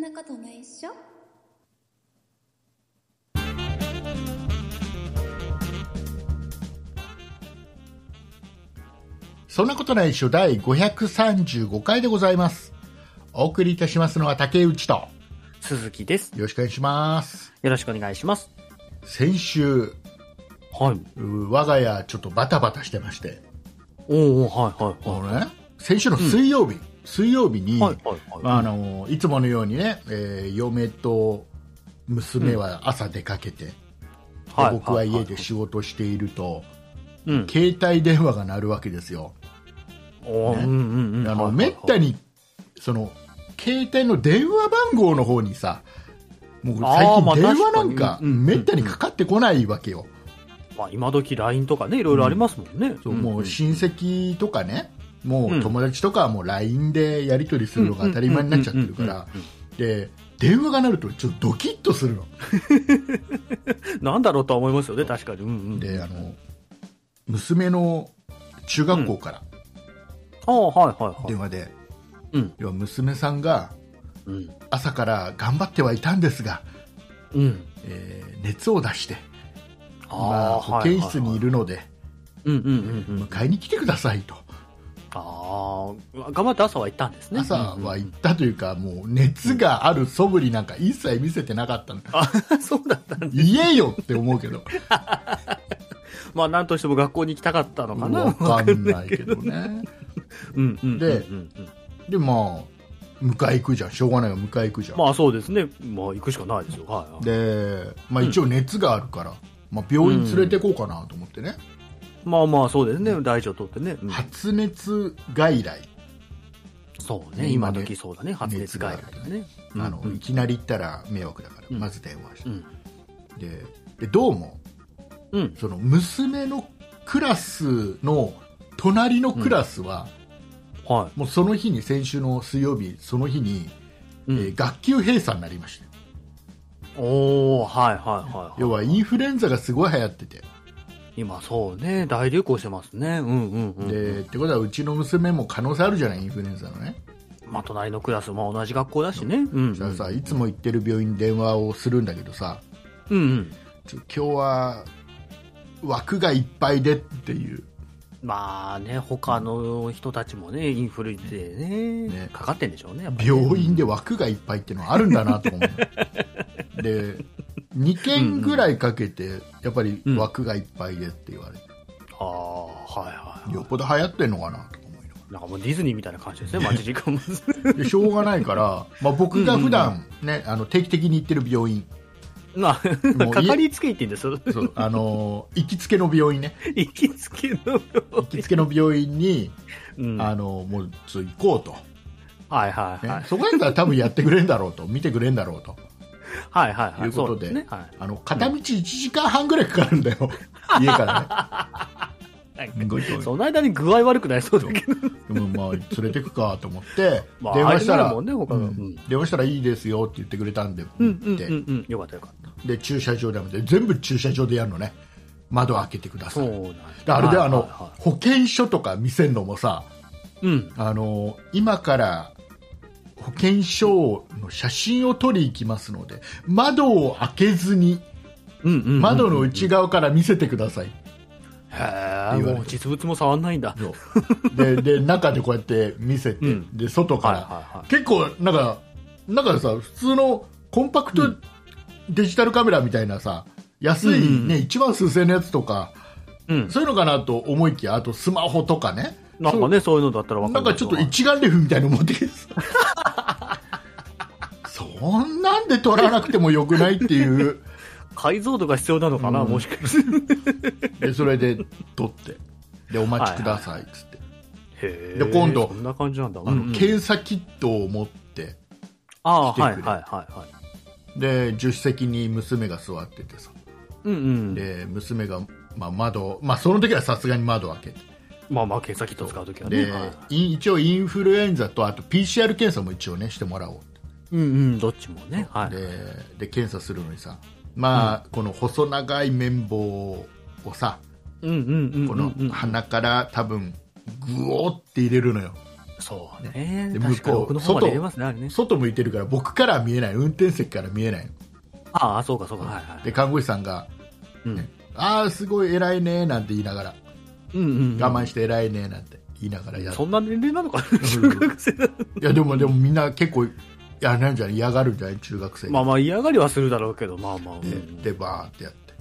なことないっしょそんなことないっしょ第535回でございます。お送りいたしますのは竹内と、鈴木です。よろしくお願いします。よろしくお願いします。先週、はい。う我が家ちょっとバタバタしてまして、おおはいはいあはのね、先週の水曜日、水曜日に、い。はいはいまはああのいつものようにね、えー嫁と娘は朝出かけて、でい。はい。僕は家で仕事をしていると、うん。携帯電話が鳴るわけですよ。おーねうんうんうん。あのはいめった。にその携帯の電話番号の方にさもう最あーまあ近電話なん確かかにうんうんめったにかかってこないわけよ、まあ今時 LINE とかね、いろいろありますもんね。そうもう親戚とかねもううん友達とかはもう LINE でやり取りするのが当たり前になっちゃってるからうんうんうんで電話が鳴るとちょっとドキッとするのなんだろうとは思いますよね、確かに。うんうん。であの娘の中学校からああ、はいはいはい電話で、うん要は娘さんが。うん。朝から頑張ってはいたんですが、うん。えー熱を出してあまあ、保健室にいる。るので、うんうんうんうん。迎えに来てくださいと、ああ、頑張って朝は行ったんですね。朝は行行っ。たというか、もう熱がある素振りなんか一切見せてなかったの、そうだったん だ。言えよって思うけ ど、まあなんとしても学校に行きたかったのかな。わかんないけどね、うんうんうんうん。でうんうん で、まあ、迎え行くじゃん、しょうがないよ、迎え行くじゃん、まあそうですね。まあ行くしかないですよ。はいはい。で、まあ、一応熱があるから、まあ、病院連れて行こうかなと思ってね、まあまあそうですね、大事を取ってね、うん発熱外来、そうねね、今時そうだね、発熱熱が外来とかね。あのうんうんいきなり行ったら迷惑だから、うんまず電話して、うんででどうも。うん。その娘のクラスの隣のクラスは、はもうその日に先週の水曜日その日に、い。うえーん、学級閉鎖になりましたおー、はいはいはい、はい。要はインフルエンザがすごい流行ってて、今そうね、大流行してますね。うんうんうん。でってことはうちの娘も可能性あるじゃないインフルエンザのね、まあ隣のクラスも同じ学校だしね。うん、うそん。したらさいつも行ってる病院に電話をするんだけどさうんうん。ちょ今日は枠がいっぱいでっていう、まあね、他の人たちもね、インフルでね、ねかかってんでしょうね、やっぱりね病院で枠がいっぱいっていうのはあるんだなと思 うで2件ぐらいかけてやっぱり枠がいっぱいでって言われて、ああ、はいはいよはっぽど流行ってんのかなとか思いながい。なんかもうディズニーみたいな感じですね、待ち時 間も。らでしょうがないから、まあ、僕が普段ね、あの定期的に行ってる病院まもうあ、いかかりつけ医って言うんですよ。そうあのー行きつけの病院ね行きつけの病行きつけの病院に、うんあのーもうちょっと行こはいはうと、いねはい。そこやったら多分やってくれるんだろうと見てくれるんだろうとはいはいはい。いうことでそうすね。はあの片道1時間半ぐらいかかるんだよ家からはいねすごい遠いい。その間に具合悪くなりそうだけど。でもまあ連れてくかと思って、 まあ電話したあら、れならもうね他うのうんん電話したらいいですよって言ってくれたんで、うんうんでうんうん。よかったよかった。で駐車場でもで全部駐車場でやるのね窓開けてくだそさういなんであれであの、はいはいは保険証とか見せるのもさいうん。あの今から保険証の写真を撮り行きますので窓を開けずにうんうんうん。窓の内側から見せてください、へえ、もう実物も触んないんだ。でで中でこうやって見せて、うんで外から、はいはいはい結構なんかなんかさ普通のコンパクトデジタルカメラみたいなさ安い、ねうんうん1万数千のやつとかうん。そういうのかなと思いきやあとスマホとかねなんかね、そういうのだったらわかなるんけど。かちょっと一眼レフみたいなの持ってきて さそんなんで撮らなくてもよくないっていう解像度が必要なのかな、うんもしかして。でそれで撮ってでお待ちくださいっつって、へえ。で今度そんな感じなんだ。うあんのうん検査キットを持ってああ、来はていくれはいはいはい。で助手席に娘が座っててさうんうん。で娘が、まあ、窓を、まあ、その時はさすがに窓を開けてまあまあ、検査キット使うときはね。で、はいい一応インフルエンザとあと PCR 検査も一応ねしてもらおううんうん、どっちもね。はでい。で検査するのにさまあ、この細長い綿棒をさうんうんうんうんうん。この鼻から多分グオーって入れるのよ、そうねで。確か向にこう奥の方まで見えますね、あれね。外向いてるから僕からは見えない運転席から見えないああ、そうかそうか。はいはい。で看護師さんがうん。 「ああすごい偉いね」なんて言いながらうんうん「うん。我慢して偉いね」なんて言いながらやっそんな年齢なの かん中学生だといやでもでもみんな結構やなんじゃない嫌がるんじゃない中学生まあまあ嫌がりはするだろうけど、まあまあ。うんででバーってやって、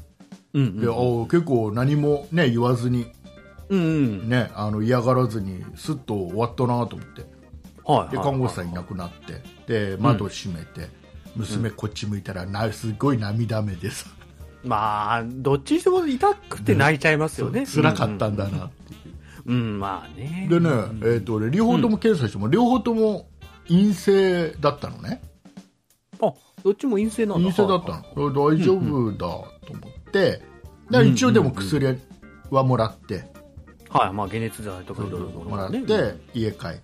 うんでおー結構何も、ね、言わずに、うん。うん。ね、あの嫌がらずにすっと終わったなと思ってはいはい。で看護師さんいなくなってで窓閉めて、娘こっち向いたらなすごい涙目でさ、まあ、どっちにしても痛くて泣いちゃいますよね。辛かったんだなっていう、うん。うん、まあね。でね、えー、と俺両方とも検査しても、両方とも陰性だったのねあ、どっちも陰性なんだ。陰性だったのこれ大丈夫だと思って、だから一応でも薬はもらって、はい。はい、まあ解熱剤とかいろいろもらって、ね。家帰って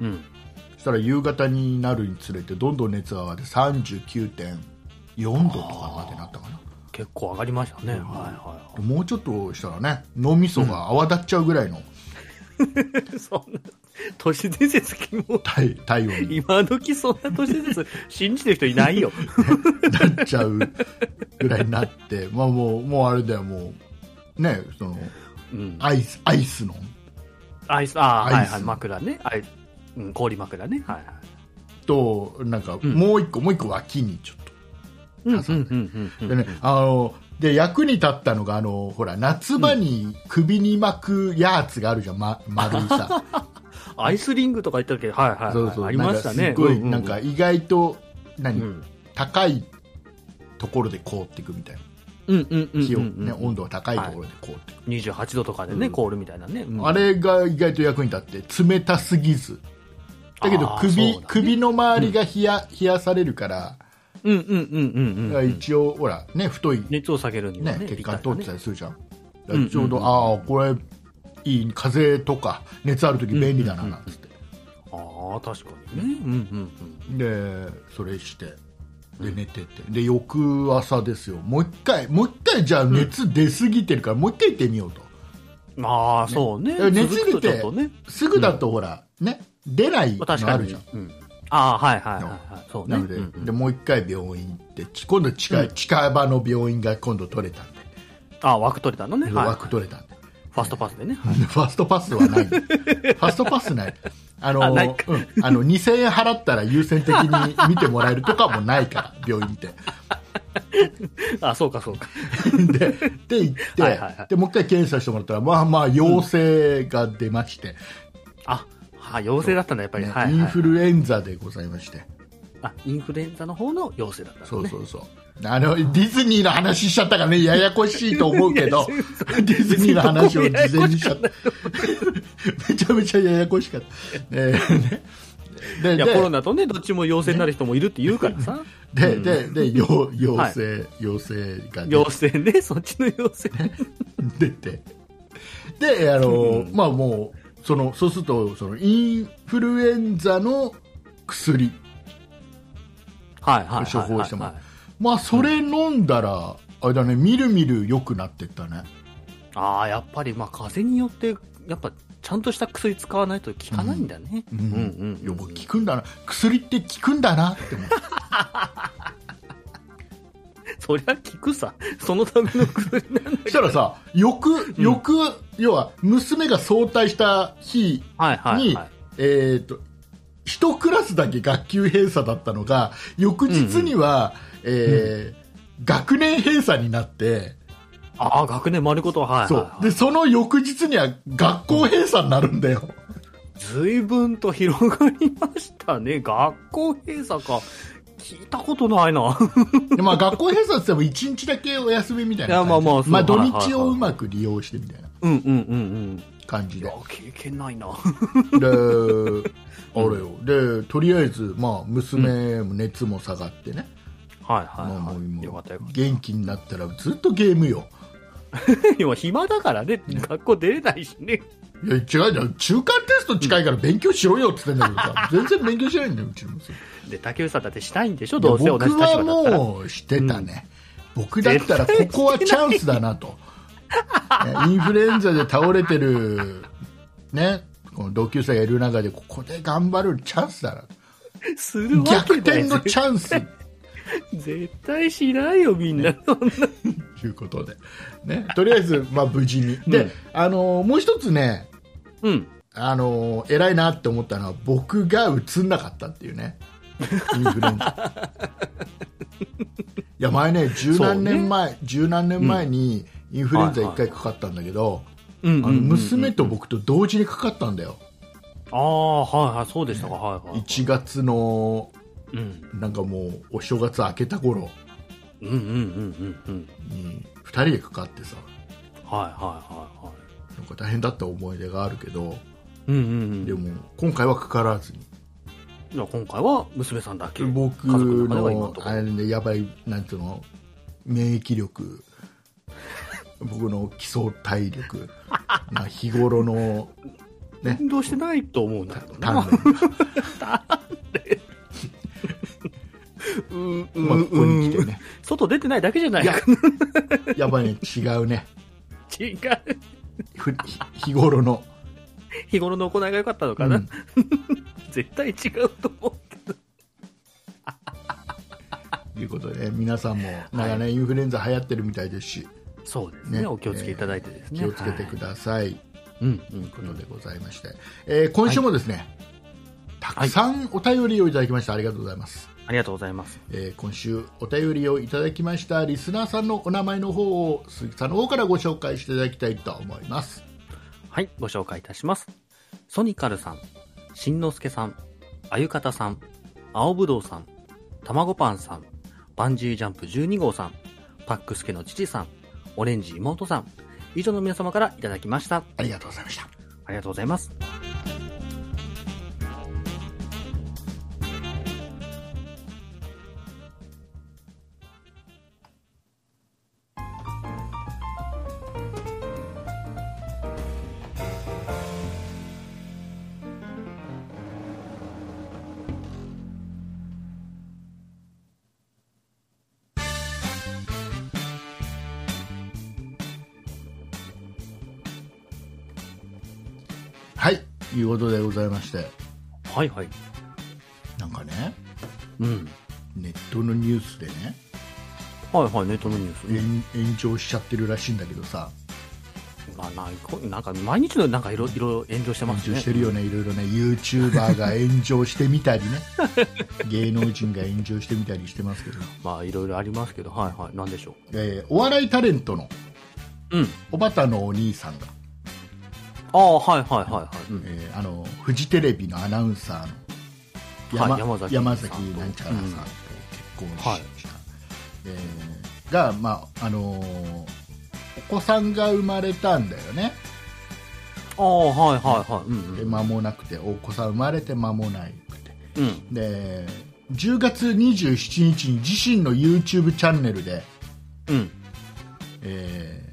うん。そしたら夕方になるにつれてどんどん熱が上がって39.4度とかまでなったかな結構上がりましたね。はいはもうちょっとしたらね脳みそが泡立っちゃうぐらいのい はい。そんな、都市伝説気も、体体温に今時そんな都市伝説信じてる人いないよ。なっちゃうぐらいになってまあもうもうあれだよもうねそのうん。アイスアイスのアイス、ああ、アはイいスはい、枕ね。アイス、うん、氷枕ね。はいはい。となんかんもう一個、もう一個脇にちょっうんうんうんうとんでね、あので役に立ったのがあのほら夏場に首に巻くやつがあるじゃん、ま、丸いさアイスリングとか言った時、はいはいはい。そうそうありましたね。なんかすごい、うううなんか、意外と何、うん高いところで凍っていくみたいなうんうんうんうん気う温、んね、温度が高いところで凍っていく、 28度とかでね、うん凍るみたいなね。うんあれが意外と役に立って冷たすぎずだけどあー首,、そうだね首の周りが冷や冷やされるから、うんうんうんうんだからうん。一応ほらね太い、ね熱を下げるにはね、血管通ぴたっりてだたねりするじゃん、だんからちょうど、うんああこれいい風邪とか熱ある時便利だななんつって、ああ、確かにね。うんうんうん。でそれしてで寝ててで翌朝ですよもう一回もう一回じゃあ熱出すぎてるから、もう一回行ってみようとああ、そうね。ね続くとちょっとね。すぐだとほら、ね出ないまのあ確かあるにじゃん。うんああ、はいはいはいはい。そうね。なので,、うんうんでもう一回病院行ってち今度近,、い近場の病院が今度取れたんで、ああ、枠取れたのね。はい枠取れたんで、 ファストパスでね。ファストパスは ないファストパスないあのあないかうん、あの2000円払ったら優先的に見てもらえるとかもないから病院って あそうかそうか。で、で行って、はいはいはいで、もう一回検査してもらったら、まあまあ陽性が出まして、あ、は陽性だったんだ、やっぱり。ねはいはい。インフルエンザでございまして。あ、インフルエンザの方の陽性だったんだね。そうそうそう。あの、ディズニーの話しちゃったからね、ややこしいと思うけ ど、ディズニーの話を事前にしちゃった。めちゃめちゃややこしかった。えーねで、いや、コロで、ナとね、どっちも陽性になる人もいるって言うからさ。で、で、で、陽陽性、陽性が出て陽性ね、そっちの陽性。 出てであの、まあもうそのそうするとそのインフルエンザの薬はいはいはいはいはい。処方してもらうまあそれ飲んだら、あれだねみるみる良くなってったねああ、やっぱり、まあ、風邪によって、やっぱ、ちゃんとした薬使わないと効かないんだね。うんうんよく効くんだな薬って効くんだなって 思ってそりゃ効くさ。そのための薬なんだそけしど。たらさよくよく、要は娘が早退した日はいはいに、はい。えー、と一クラスだけ学級閉鎖だったのが翌日には、えー学年閉鎖になって、ああ、学年丸ごと、はいはい、そうはい。でその翌日には学校閉鎖になるんだよ、 随分と広がりましたね。学校閉鎖か。聞いたことないな。でまあ、学校閉鎖って言っても1日だけお休みみたいないやまあまあ感そじうまあ、はいはい土日をうまく利用してみたいなうんうんうんうん。感じいで や、経験ないな。であれよでとりあえず、まあ、娘も熱も下がってね、はいまあはい、もうはい。今よかったよかっ元気になったらずっとゲームよた。 今暇だからね、学校出れないしね。いや違うじゃん中間テスト近いから勉強しろよって言ってんだけどさ全 然勉強しないんだようちの娘で、竹内さんだってしたいんでしょどうせ僕同じ立場だはったら。もうしてたね、僕だったらここはチャンス だなとねインフルエンザで倒れてる、ね、この同級生がいる中でここで頑張るチャンスだなするわ逆けな転いのチャンスと絶対しないよみんな、いうことで、ね、とりあえず、まあ、無事にで、うんあのーもう一つねうん、あのー偉いなって思ったのは僕が映んなかったっていうねインフルエンザいや前ね十何年前、十何年前にインフルエンザ一回かかったんだけど、うんうんあのうんうん娘と僕と同時にかかったんだよ、ああはいはいそうでしたかはいはい1月のうんなんかもうお正月明けた頃うんうんうんうんうんに2人でかかってさはいはいはいはなんか大変だった思い出があるけどいうんうんうんでも今回はかからずにじゃあ今回は娘さんだけ僕家族の中では今ののとこあろれねやばいなんていうの免疫力 僕の基礎体 力、まあ、日頃のね運動してないと思うんだけど鍛な錬うんうんまあ、ここに来てね外出てないだけじゃないいややばいね違うね違うふ日頃の日頃の行いが良かったのかな、うん 絶対違うと思うということで、皆さんも長年インフルエンザ流行ってるみたいですし、そうですねねお気をつけいただいてですね、気をつけてくはいださい、うんうんということでございまして、えー今週もですね、たくさんお便りをいただきました、ありがとうございます、ありがとうございますえー今週お便りをいただきましたリスナーさんのお名前の方を鈴木さんの方からご紹介していただきたいと思いますはい、ご紹介いたします。ソニカルさん、しんのすけさん、あゆかたさん、青ぶどうさん、たまごパンさん、バンジージャンプ12号さん、パックスケの父さん、オレンジ妹さん、以上の皆様からいただきました。ありがとうございましたありがとうございます。はいということでございましてはいはい。なんかねうん。ネットのニュースでねはいはい、ネットのニュース。炎炎上しちゃってるらしいんだけどさまあ、なんか、なんか毎日のなんかいろいろ炎上してま炎す上ね。してるよね、いろいろね、ユーチューバーが炎上してみたり ね、芸能人が炎上してみたりしてますけど、まあ、いろいろありますけど、はいはい、なんでしょえーお笑いタレントのう。うん。おばたのお兄さんが、ああ、はいはいはいはい。うんえーあのフジテレビのアナウンサーのはい山崎山崎さんとなんちゃらさんと結婚し,、はいした、えーが、まああのーお子さんが生まれたんだよね、ああ、はいはいはい。うんでうん。間もなくて、お子さん生まれて間もなくて。うん。で10月27日に自身の YouTube チャンネルで、うん。えー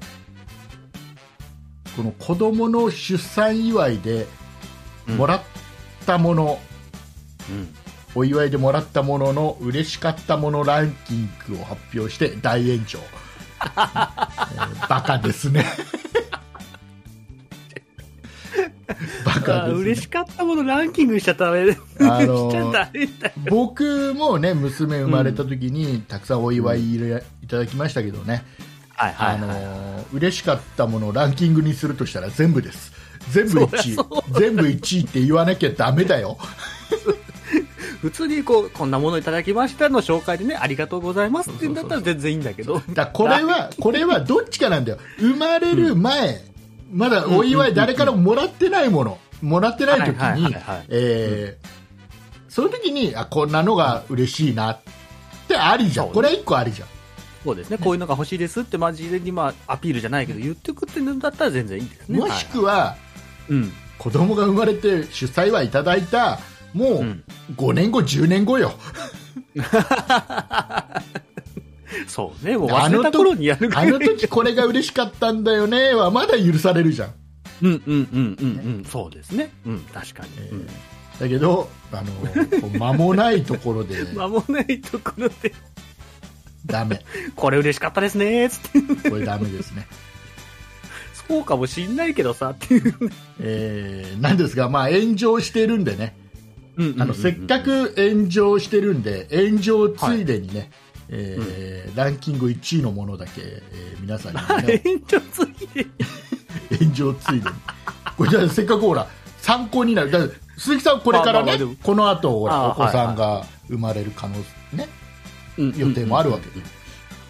この子供の出産祝いでうんもらったもの、うん。お祝いでもらったものの嬉しかったものランキングを発表して大炎上、えーバカです ねバカあですね嬉しかったものランキングしちゃダメだ。あのーしちゃダメだ。僕もね娘生まれた時に、たくさんお祝いいただきましたけどね、はいあのー嬉しかったものをランキングにするとしたら全部です全部1そ位全部1位って言わなきゃダメだよ 普通にこう、こんなものいただきましたの紹介でね、ありがとうございますって言うんだったら全然いいんだけど。だからこれはこれはどっちかなんだよ生まれる前、まだお祝い誰からももらってないものもらってない時はいはいにはいはいえーその時にあこんなのが嬉しいなってありじゃんそうねこれは1個ありじゃんそうですね、こういうのが欲しいですって、まあ、事前にまあ、アピールじゃないけど、言ってくってのだったら全然いいですね。もしくはは、いうん。子供が生まれて出産はいただいたもううん5年後、10年後よそうね、もう忘れた頃にやるあの時これが嬉しかったんだよねはまだ許されるじゃんうんうんうんうんうん。そうですね。うん、確かに。うんだけど あのこう間もないところで間もないところで、ダメこれ嬉しかったですね、つって。これダメですねそうかもしんないけどさっていう、えーなんですが、まあ、炎上してるんでね、うんうんあうんのうんせっかく炎上してるんで、炎上ついでにね、えーランキング1位のものだけ、えー皆さんに、ね、延長ついで炎上ついでに、これじゃあせっかくほら、参考になる、だから鈴木さん、これからまあねまあまあでも、この後ほらあおー子さんが生まれる可能性、ね、予定もあるわけで、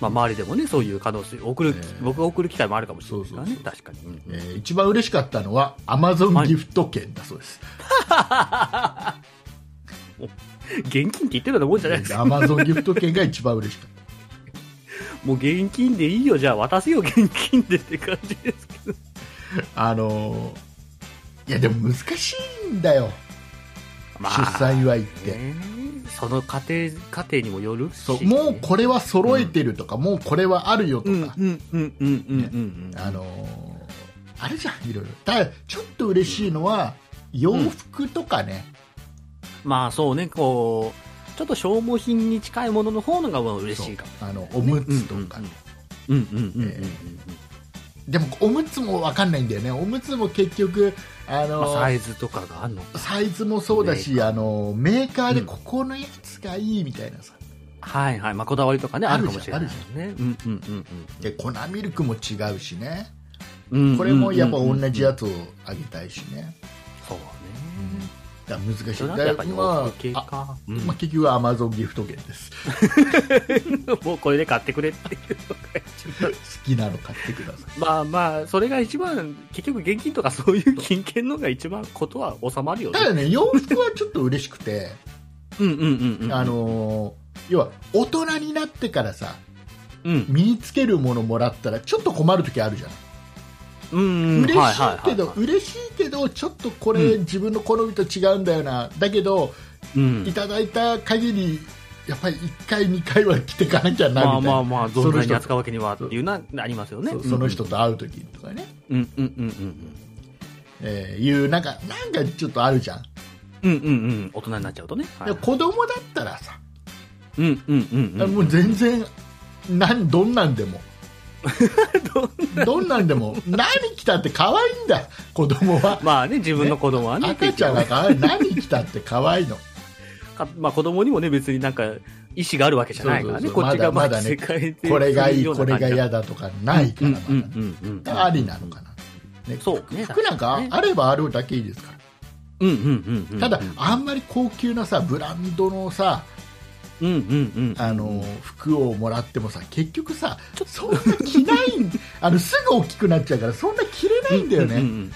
まあ、周りでもねそういう可能性送る、えー僕が送る機会もあるかもしれないからねそう確かに、うんえー一番嬉しかったのは、アマゾンギフト券だそう です。現金って言ってるようなもんじゃないですかアマゾンギフト券が一番嬉しかった。もう現金でいいよじゃあ渡せよ現金でって感じですけどあのーいやでも難しいんだよ、ま出産祝いって、ねその家庭家庭にもよるしそうもうこれは揃えてるとか、もうこれはあるよとうんうんか、うんうんうんうんあのーあれじゃんいろいろただちょっと嬉しいのは洋服とかね、まあそうねこうちょっと消耗品に近いものの方のが嬉しいかもあのおむつとか、うんうんうんうんうんうん、でもおむつも分かんないんだよねおむつも結局あのまあ、ーサイズとかがあるのかサイズもそうだしメーあのーメーカーでここのやつがいいみたいなさ、はいはい、まあ、こだわりとかねああるるかじゃんもしれないねうんうんうんで粉ミルクも違うしねうんうんこれもやっぱ同じやつつをあげたいしね、そうねだから難しそいだれだとやっぱ洋ま服系ああか、うんまあ、結局はアマゾンギフト券です もうこれで買ってくれっていうのが一番好きなの買ってください まあまあそれが一番結局現金とかそういう金券のが一番ことは収まるよねただね洋服はちょっと嬉しくてうんうんうんうんあのー要は大人になってからさうん身につけるものもらったらちょっと困る時あるじゃん、うん嬉しいけど、は嬉しいけどちょっとこれ自分の好みと違うんだよな、だけどいはいはいいただいた限りやっぱり1回2回は着てかなきゃまなあみたいな、まあまあ存在に扱うそわけにはっていうなありますよねそうその人と会う時とかね、うんうんうんうんえーいうなんかなんかちょっとあるじゃんうんうんうんうん大人になっちゃうとねはいで子供だったらさ、うんうんうんうんもう全然なんどんなんで もどんなんでも何着たって可愛いんだ子供はまあね自分の子供はね赤ちゃんが可愛い何着たって可愛いのかまあ子供にもね別になんか意思があるわけじゃないからねそうそうそうこっちがまだまだまあね世界でこれがいいそううよこうなれ感じが嫌だとかないからまだ、うんうんうんうんだからありなのかな、ねそうね服なんか確かあればあるだけいいですからにねうんうんうんうんただあんまり高級なさブランドのさうんうんうんあの服をもらってもさ結局さそんな着ない んあのすぐ大きくなっちゃうからそんな着れないんだよね、うんうんうん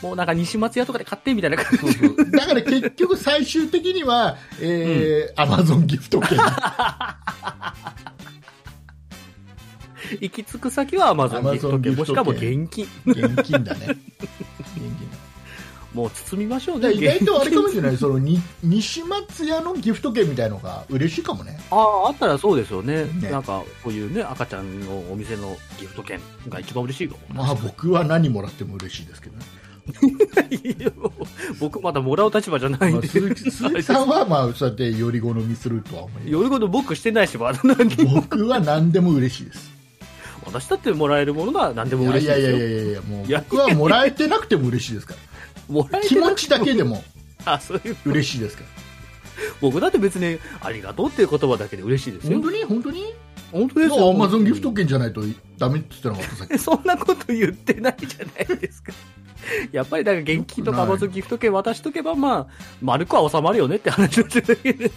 もうなんか西松屋とかで買ってみたいな感じそうそうだから結局最終的には、えー Amazon ギフト券 行き着く先はアマゾンギフト Amazon ギフト券もし券かも現金現金だね現金だもう包みましょうだからね意外とあれかもしれないそのに西松屋のギフト券みたいのが嬉しいかもねあああったらそうですよねねなんかこういうね赤ちゃんのお店のギフト券が一番嬉し いかもまあ僕は何もらっても嬉しいですけどね、いや僕まだもらう立場じゃないんまあ、で鈴木鈴木 さんはまあそうやってより好みするとは思いまよりごと僕してないしまだ何す僕は何でも嬉しいです私だってもらえるものは何でも嬉しいいやいですやよいやいやいやもういや僕はもらえてなくても嬉しいですか もららえ気てな持くちだけでもあそういう嬉しいですから僕だって別にありがとうっていう言葉だけで嬉しいですよ本当に本当に本当ですよアマゾンギフト券じゃないとダメって言ってなかったさ っきそんなこと言ってないじゃないで すか。やっぱりだから現金とかないまずギフト券渡しとけば、まあ、丸くは収まるよねって話をしてるだけ で。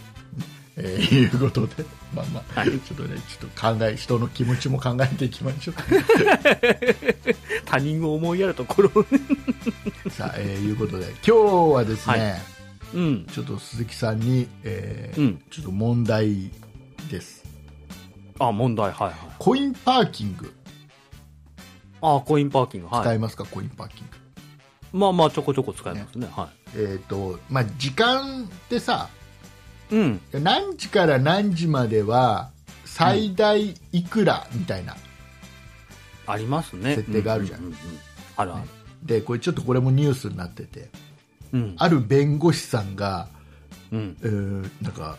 えーいうことで、まあまあ、はいちょっとね、ちょっと考え、人の気持ちも考えていきましょ 他人を思いやるところをね。う。さあ、えーいうことで、今日はですね、はうん。ちょっと鈴木さんに、えーうん。ちょっと問題です。あ、問題、はいはい。コインパーキング、あ、コインパーキング、は使い。いますか、コインパーキング。まあまあ、ちょこちょこ使いますね、はえっ、と、まあ、時間ってさ、い。うん。何時から何時までは、最大いくらみたいな。ありますね。設定があるじゃんううううあるある。で、これちょっとこれもニュースになってて、うん。ある弁護士さんが、うん。えーなんか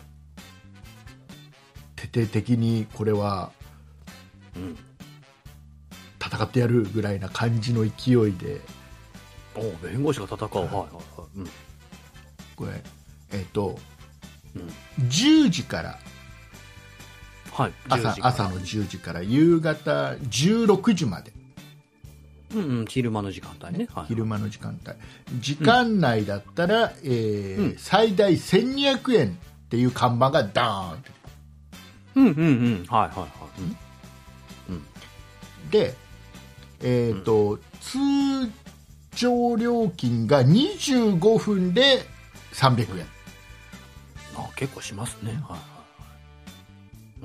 徹底的にこれはうん。戦ってやるぐらいな感じの勢いでおう弁護士が戦う、はいはいはいうんこれえっ、と、うん10時からはい、朝10時から朝の10時から夕方16時までうんうん、昼間の時間帯ね、はい、昼間の時間帯時間内だったら、えーうん最大1200円っていう看板がダーンってうんうんうんはいはいはい、うんで、えーと通常料金が25分で300円、あ結構しますねはいは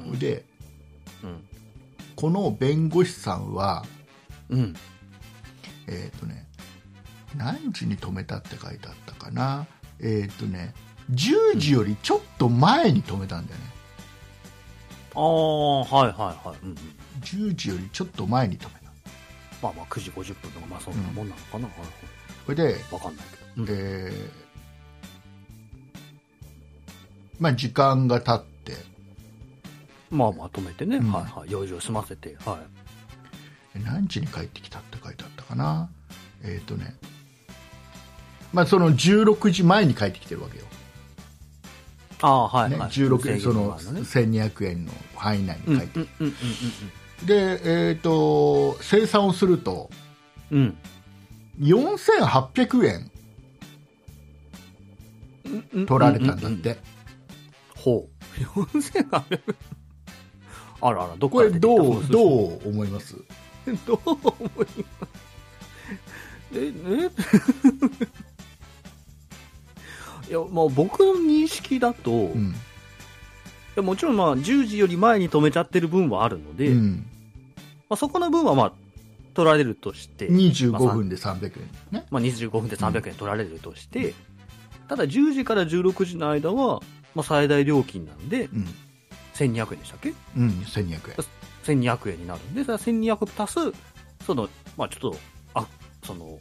いはいでうんこの弁護士さんは、うんえーとね、何時に止めたって書いてあったかな、えーとね、10時よりちょっと前に止めたんだよねああはいはいはい、うんうん、 10時よりちょっと前に止めたまあまあ9時50分とかまあそんなもんなのかな、はいはいこれで、わかんないけど、うんえーまあ、時間が経って、まあまあ止めてね、うんはいはい用事を済ませては何時に帰ってきたって書いてあったかなえっ、とねまあその16時前に帰ってきてるわけよ、いああはいねはい、 16円その制限があるね1200円の範囲内うんにうん帰ってきて、うんうんでえっ、と生産をするとうんうん4800円うん取られたんだって、うううほう4800あらあらどっこかられ出てきどたこのう数字どう思いますどう思いますえ、 えいや、まあ僕の認識だと、ういん、やもちろんまあ10時より前に止めちゃってる分はあるので、うまん、あそこの分はまあ取られるとして、 25分で300円ねまあ25分で300円取られるとして、ただ10時から16時の間は、まあ最大料金なんで、うん、 1200円でしたっけうん、1200円1200円になるんで、それは1200足す、その、まあちょっと、あ、その、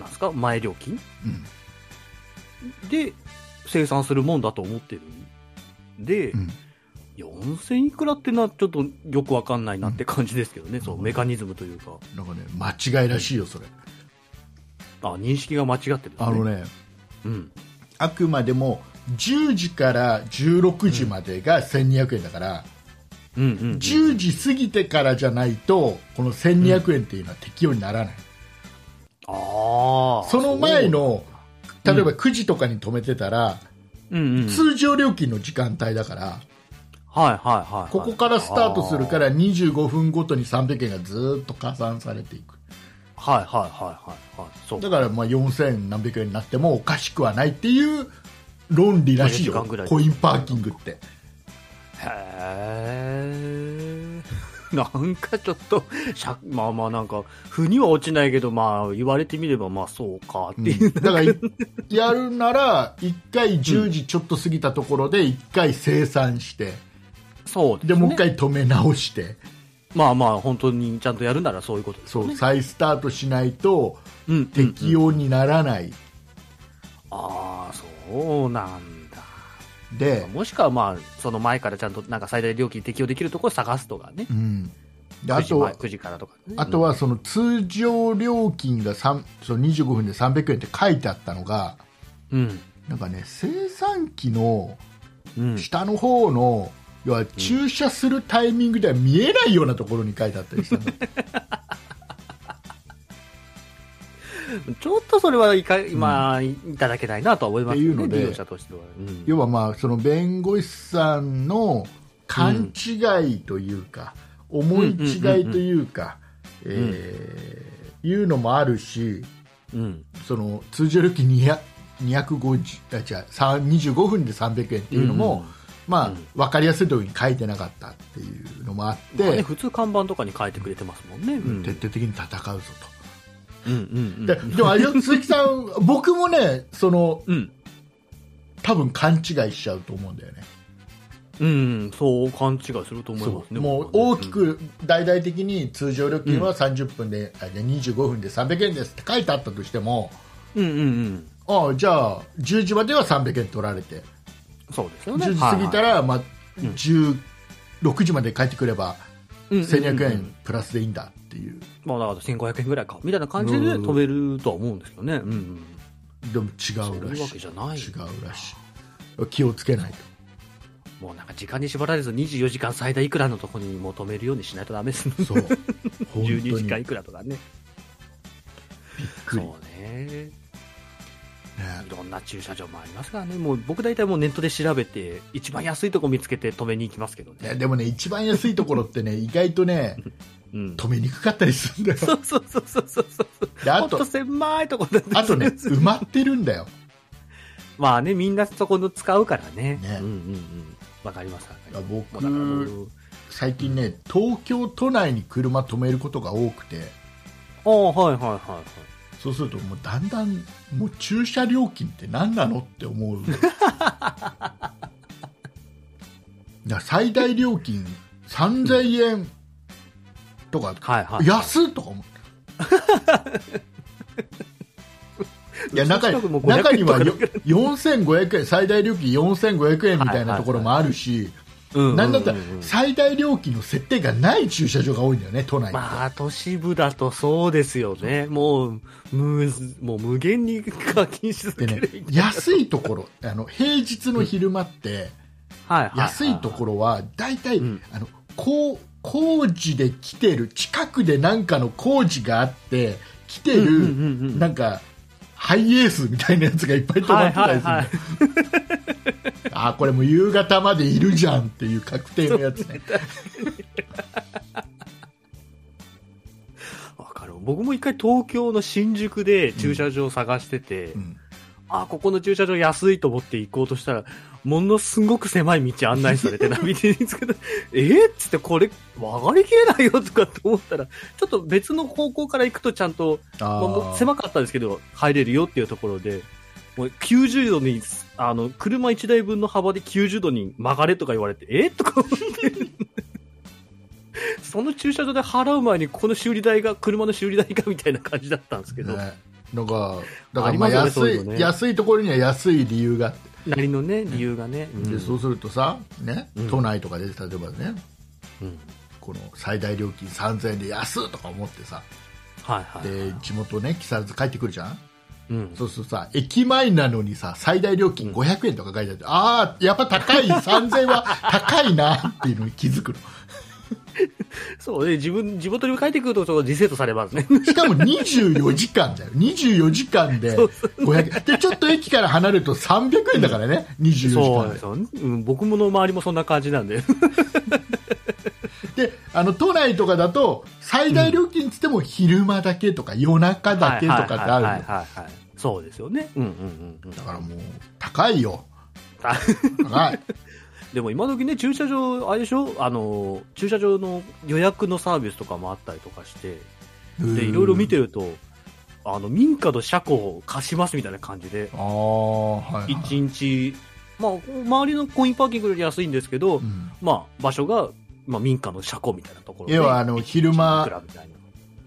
なんですか、前料金うんで生産するもんだと思ってるんで、うん4000いくらってのはちょっとよくわかんないなって感じですけどね、そううんメカニズムというかなんかね間違いらしいよそれあ認識が間違ってる、あのねうん、あくまでも10時から16時までが1200円だから、うんうんうん10時過ぎてからじゃないとこの1200円っていうのは適用にならない、ああその前のそう例えば9時とかに止めてたら、うんうんはい通常料金の時間帯だからはいはい、はい、ここからスタートするから25分ごとに300円がずーっと加算されていくあーはいはいはいはいはいそうだからまあ4000何百円になってもおかしくはないっていう論理らしいまあよ時間ぐらいコインパーキングってへえ なんかちょっとしゃまあまあなんか腑には落ちないけどまあ言われてみればまあそうかっていう、だからいやるなら1回10時ちょっと過ぎたところで1回生産してそうでですねもう1回止め直してまあまあ、本当にちゃんとやるならそういうことですそようね。再スタートしないとう、ん、適うんうん用にならないああ、そうなんだ。で、もしくはまあ、その前からちゃんとなんか最大料金適用できるところを探すとかねう。ん、であ9時と前は9時からとかね、あとはその通常料金が3その25分で300円って書いてあったのがうん。なんかね生産機のうん。下の方の要は駐車するタイミングでは見えないようなところに書いてあったりしたの、ちょっとそれはいか、まあ、いただけないなとは思いますよっていね。うので利用者としては。うん要はまあその弁護士さんの勘違いというか、思い違いというか、んうんうんうんえーいうのもあるしうん。その通常料金200 250あ違うさ25分で300円っていうのも、まあうん分かりやすいところに書いてなかったっていうのもあって、まあね、普通看板とかに書いてくれてますもんね。うん。徹底的に戦うぞうんうんうん。とででもあれ よ鈴木さん僕もねそのうん。多分勘違いしちゃうと思うんだよねうん。そう勘違いすると思いまそすね。うもう僕はね大き。く大々的に通常料金は30分で、あじゃあ25分で300円ですって書いてあったとしてもうんうんうん。ああじゃあ10時までは300円取られてそうですよね。 10時過ぎたら、まあ、うん16時まで帰ってくれば1200 1200円プラスでいいんだっていうまあだから1500円ぐらいかみたいな感じで飛べるとは思うんですけどねうん、うん、でも違そううらいうわしけいじゃない違うらしい気をつけないともうなんか時間に縛られず24時間最大いくらのとこに求めるようにしないとダメですね そう本当にび12っ時間いくらとかねくり、ねそうねいろんな駐車場もありますからねもう僕大体もうネットで調べて一番安いとこ見つけて止めに行きますけどいやねでもね一番安いところってね意外とねうん止めにくかったりするんだよそうそうそうそうそうそうであほんとと狭いとこなんですよあとね埋まってるんだよまあねみんなそこの使うからねねうんうんうんわかりますわかりますいや僕もうだから僕最近ね東京都内に車止めることが多くてああはいはいはいはいそうするともうだんだんもう駐車料金って何なのって思う だから最大料金3000円とか、はいはい安っとか思う いや中うちの近くもに500中にはとかよ4500円最大料金4500円みたいなところもあるし、うんうんうんうんなんだったら最大料金の設定がない駐車場が多いんだよね都内って、まあ都市部だとそうですよねもうむもう無限に課金し続でけねる、い安いところ あの平日の昼間って、はいはいはい安いところは大体、うんあのこう工事で来てる近くでなんかの工事があって来てる、うんうんうんうんなんかハイエースみたいなやつがいっぱい止まってたりする、はいはいはいあこれもう夕方までいるじゃんっていう確定のやつねわかる僕も一回東京の新宿で駐車場を探してて、うんあここの駐車場安いと思って行こうとしたらものすごく狭い道案内されてナビで見つけた えーっつってこれ曲がりきれないよとかって思ったらちょっと別の方向から行くとちゃんとあまあもうー狭かったですけど入れるよっていうところでもう90度にあの車1台分の幅で90度に曲がれとか言われてえ とか思ってその駐車場で払う前にこの修理代が車の修理代がみたいな感じだったんですけど、ねなんかだあからりままあすよね安そういう安いのねいところには安い理由があってなりのね理由がね、うんでそうするとさ、ねうん都内とかで例えばねうんこの最大料金3000円で安いとか思ってさはいはい、で地元ね木更津帰ってくるじゃんうん、そうするとさ駅前なのにさ最大料金500円とか書いてあって、ああやっぱ高い3000円は高いなっていうのに気づくのそうで自分地元に帰ってくるとちょっとリセットされますねしかも24時間だよ24時間で500円でちょっと駅から離れると300円だからね、24時そう間ですよ、うん、僕もの周りもそんな感じな んででであの都内とかだと最大料金っつっても昼間だけとか夜中だけとかってあるのはいはいはいはいはいそうですよねうんうんうん うんだからもう高いよあ高いでも今時ね駐車場あれでしょあの駐車場の予約のサービスとかもあったりとかして でいろいろ見てるとあの民家の車庫を貸しますみたいな感じでああはい、はい1日、まあ、周りのコインパーキングより安いんですけど、うんまあ、場所が、まあ、民家の車庫みたいなところで要はあの一日昼間いくらみたいな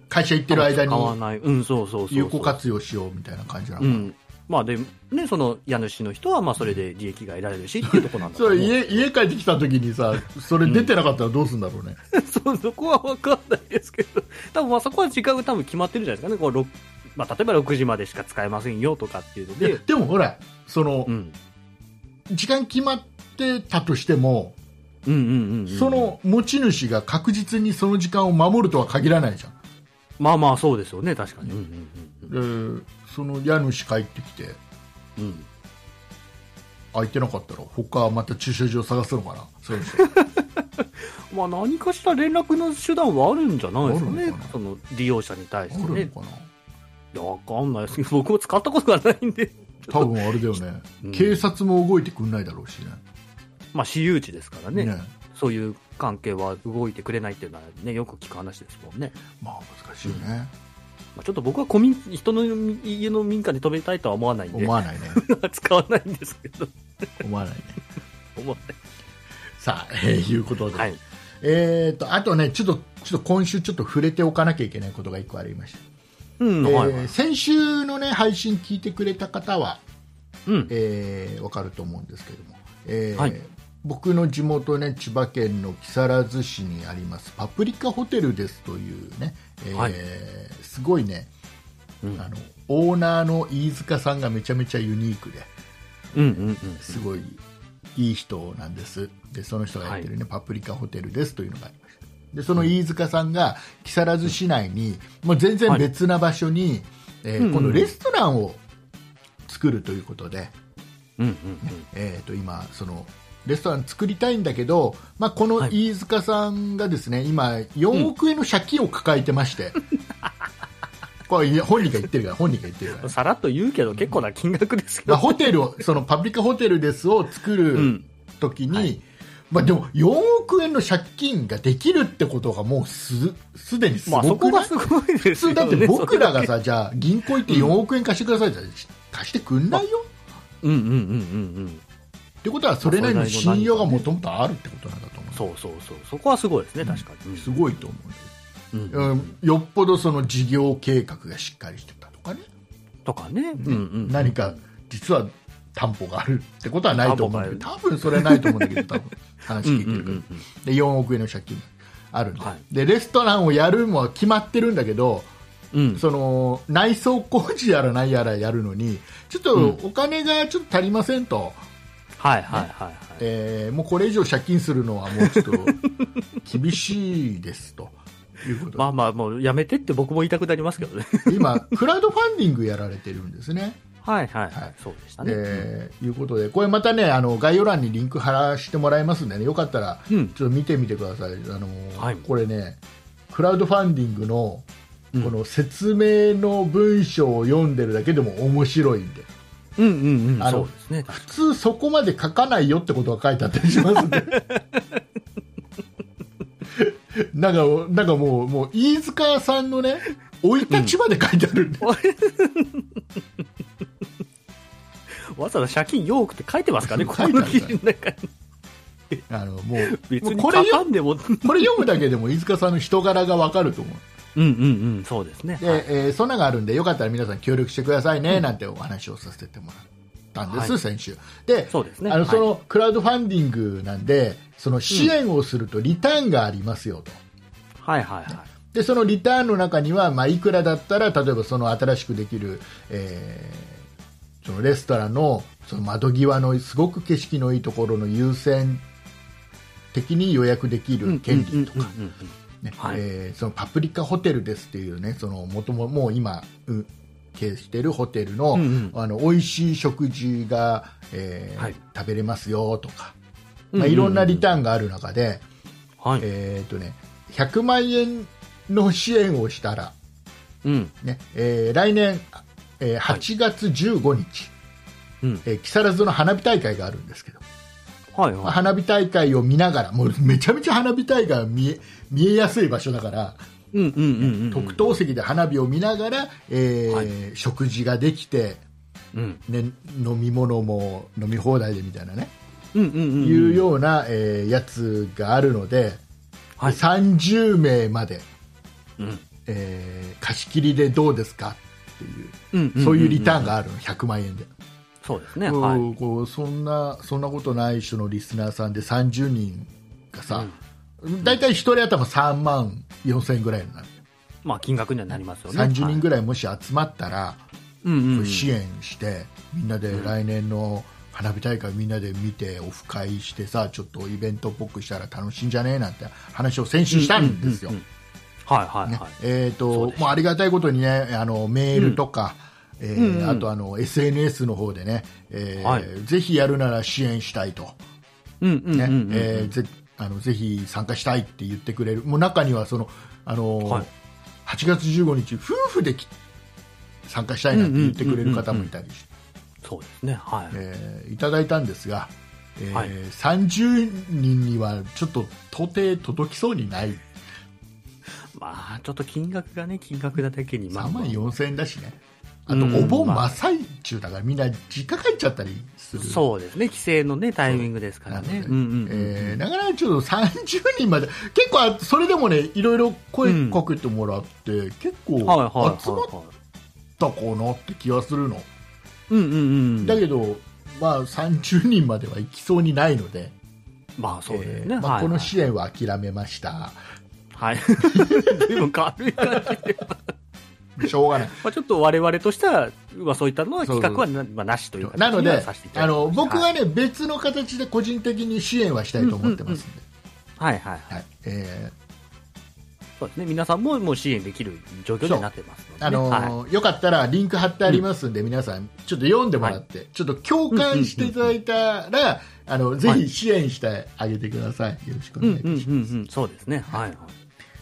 会社行ってる間使わにないうんそうそうそうそう有効活用しようみたいな感じなのうかな、んまあでねその家主の人はまあそれで利益が得られるしっていうところなんだ そろうれね家家帰ってきた時にさそれ出てなかったらどうするんだろうね、そうそこは分かんないですけど、多分まあそこは時間が多分決まってるんじゃないですかね、こうろくまあ、例えば6時までしか使えませんよとかっていうのでで、でもほらその、うん、時間決まってたとしてもうんうんうんうん、そ、の持ち主が確実にその時間を守るとは限らないじゃんまあまあそうですよね、確かに。うんうんうんでその家主帰ってきてうんうん空いてなかったら他また駐車場探すのかなそういう人まあ、何かしら連絡の手段はあるんじゃないですかあるねのかな、その利用者に対してあるねの。かないや、分かんないですけど、僕も使ったことがないんで、 多分あれだよね、うん警察も動いてくんないだろうしねまあ、私有地ですからねねそういう関係は動いてくれないっていうのは、ね、よく聞く話ですもんね。まあ難しいね、まあ、ちょっと僕は古民人の家の民家に飛びたいとは思わないんで思、わないね使わないんですけど、思わないね思っさあ、えーいうことで、て。はい。えー、とあとねちょっとちょっと今週ちょっと触れておかなきゃいけないことが一個ありました、うん、えーはいはい。先週の、ね、配信聞いてくれた方は、うん。えー、分かると思うんですけども、えーはい僕の地元ね千葉県の木更津市にありますパプリカホテルですというね、えーはいすごいねうんあのオーナーの飯塚さんがめちゃめちゃユニークでうんうんうん。すごいいい人なんですでその人がやってるね、パプリカホテルですというのがありましたでその飯塚さんが木更津市内に、もう全然別な場所に、えーうんうんこのレストランを作るということで、うんうんえー、と今そのレストラン作りたいんだけど、まあ、このはい飯塚さんがですね、今4億円の借金を抱えてま して、これいや本人が言ってるから本人が言ってるかうん。ら、さらっと言うけど、結構な金額ですけまあ、ど。ホテルをそのパブリカホテルですを作うるん。時に、はいまあ、でも4億円の借金ができるってことがもうすすでにすまあ、そごくなこがいすごいで普すよ通ね。だって僕らがそさじゃあ銀行行って4億円貸してくださいじゃ貸してくんないよ、れ。うんうんうんうんうん。ってことはそれなりの信用がもともとあるってことなんだと思うそうそうそう。そこはすごいですね、確かに。すごいと思うんう、うん、よっぽどその事業計画がしっかりしてたとかね、とかね。うんうん。何か実は担保があるってことはないと思うんだけど担多分それはないと思うんだけど多分話うん聞ういんうてんるから、うん。で4億円の借金があるんで,、はでレストランをやるのは決まってるんだけどうん、その内装工事やら何やらやるのにちょっうとんお金がちょっと足りませんと。はいはいはいはい。えーもうこれ以上借金するのはもうちょっ と厳しいですということで、まあまあ、もうやめてって僕も言いたくなりますけどね。今、クラウドファンディングやられてるんですね。はいはい ははいい。そうでしたね。えーいうことで、これまたねあの概要欄にリンク貼らせてもらいますんでね、よかったらうんちょっと見てみてください、あのはいこれね、クラウドファンディングのうんこの説明の文章を読んでるだけでも面白いんで、うんうんうあのん。そうですね。普通、そこまで書かないよってことが書いてあったりしますね。 なんかなんかもうもう飯塚さんのね生い立ちまで書いてあるんで、わざわざ借金4億って書いてますかね、そうこの記事の中に。あのもう別もうにこ書れかんでも。うんこれ読むだけでも飯塚さんの人柄がわかると思ううんうん。そうですね。で、えーそんなのがあるんでよかったら皆さん協力してくださいねなんてお話をさせてもらったんです、はい先週でそうですね。あのはいそのクラウドファンディングなんでその支援をするとリターンがありますよと、はいはいはい。でそのリターンの中には、まあ、いくらだったら例えばその新しくできる、えーそのレストランのその窓際のすごく景色のいいところの優先的に予約できる権利とか、うんうんうんうんねはいえーそのパプリカホテルですっていうねその元ももう今う経営してるホテルの,、うんうんあの美味しい食事が、えーはい食べれますよとか、うん。まあ、いろんなリーターンがある中で、ン。はい。えーとね、100万円の支援をしたら、うん。ねえー来年、えーはい8月15日、うん。えー木更津の花火大会があるんですけど、はいまあはい。花火大会を見ながらもうめちゃめちゃ花火大会が見え見えやすい場所だから、うんうんうんうん。特等席で花火を見ながら、えーはい食事ができて、うん。ね、飲み物も飲み放題でみたいなね、うんうんうん。いうような、えーやつがあるので、はい。 30名まで。うんえー貸し切りでどうですかっていう、うんうん。そういうリターンが。があるの、100万円で、そうですね。こうはい。こうそんなそんなことない人のリスナーさんで30人がさ、大体1人頭3万4000円ぐらいになる、まあ、金額にはなりますよね。 30はい人ぐらいもし集まったら、うんうんうん。支援して、みんなで来年の花火大会みんなで見て、オフ会してさ、ちょっとイベントっぽくしたら楽しいんじゃねえなんて話を先週したんですよ。うううんうんはいはいねはい。えー、そうとですもうありがたいことにねあのメールとか、えーうんうんあとあの SNS の方でね、えーはいぜひやるなら支援したいと、うんうんねうんうん。えーぜあのぜひ参加したいって言ってくれるもう中にはそのあの、はい8月15日夫婦でき参加したいなんて言ってくれる方もいたりしてそうですね。はい。えーいただいたんですが、えーはい30人にはちょっと到底届きそうにないまあ、ちょっと金額がね、金額だけに、まあ、 3ま万あ4000円だしね、あうとんお盆ま真あっ最中だから、みんな実家帰っちゃったりする。そうですね。帰省のね、タイミングですからなのでね。うんうんうんうん。えーなかなかちょっと30人まで、結構あ、それでもね、いろいろ声かけてもらって、結構集はいはまいっはたかなって気がするの、い。うんうんうん。だけど、まあ、30人までは行きそうにないので、まあそうですね。えーまあはいこはのい支援は諦めました、はい。 随分軽い感じで。しょうがない、 まあちょっと我々としては、まあそういったのは企画はな,、まあ、なしという形になはのでさせてい、ただあきまのす僕は、ね、別の形で個人的に支援はしたいと思ってますんで、はい、はいはい。はいえそうですね。皆さんももう支援できる状況になってますので、ね。ーあのはい、ーよかったらリンク貼ってありますんで、皆さん、ちょっと読んでもらって、ちょっと共感していただいたら、あのぜひ支援してあげてください、よろしくおうん願いうんいたしうます。んうん。そうですね。はいはい。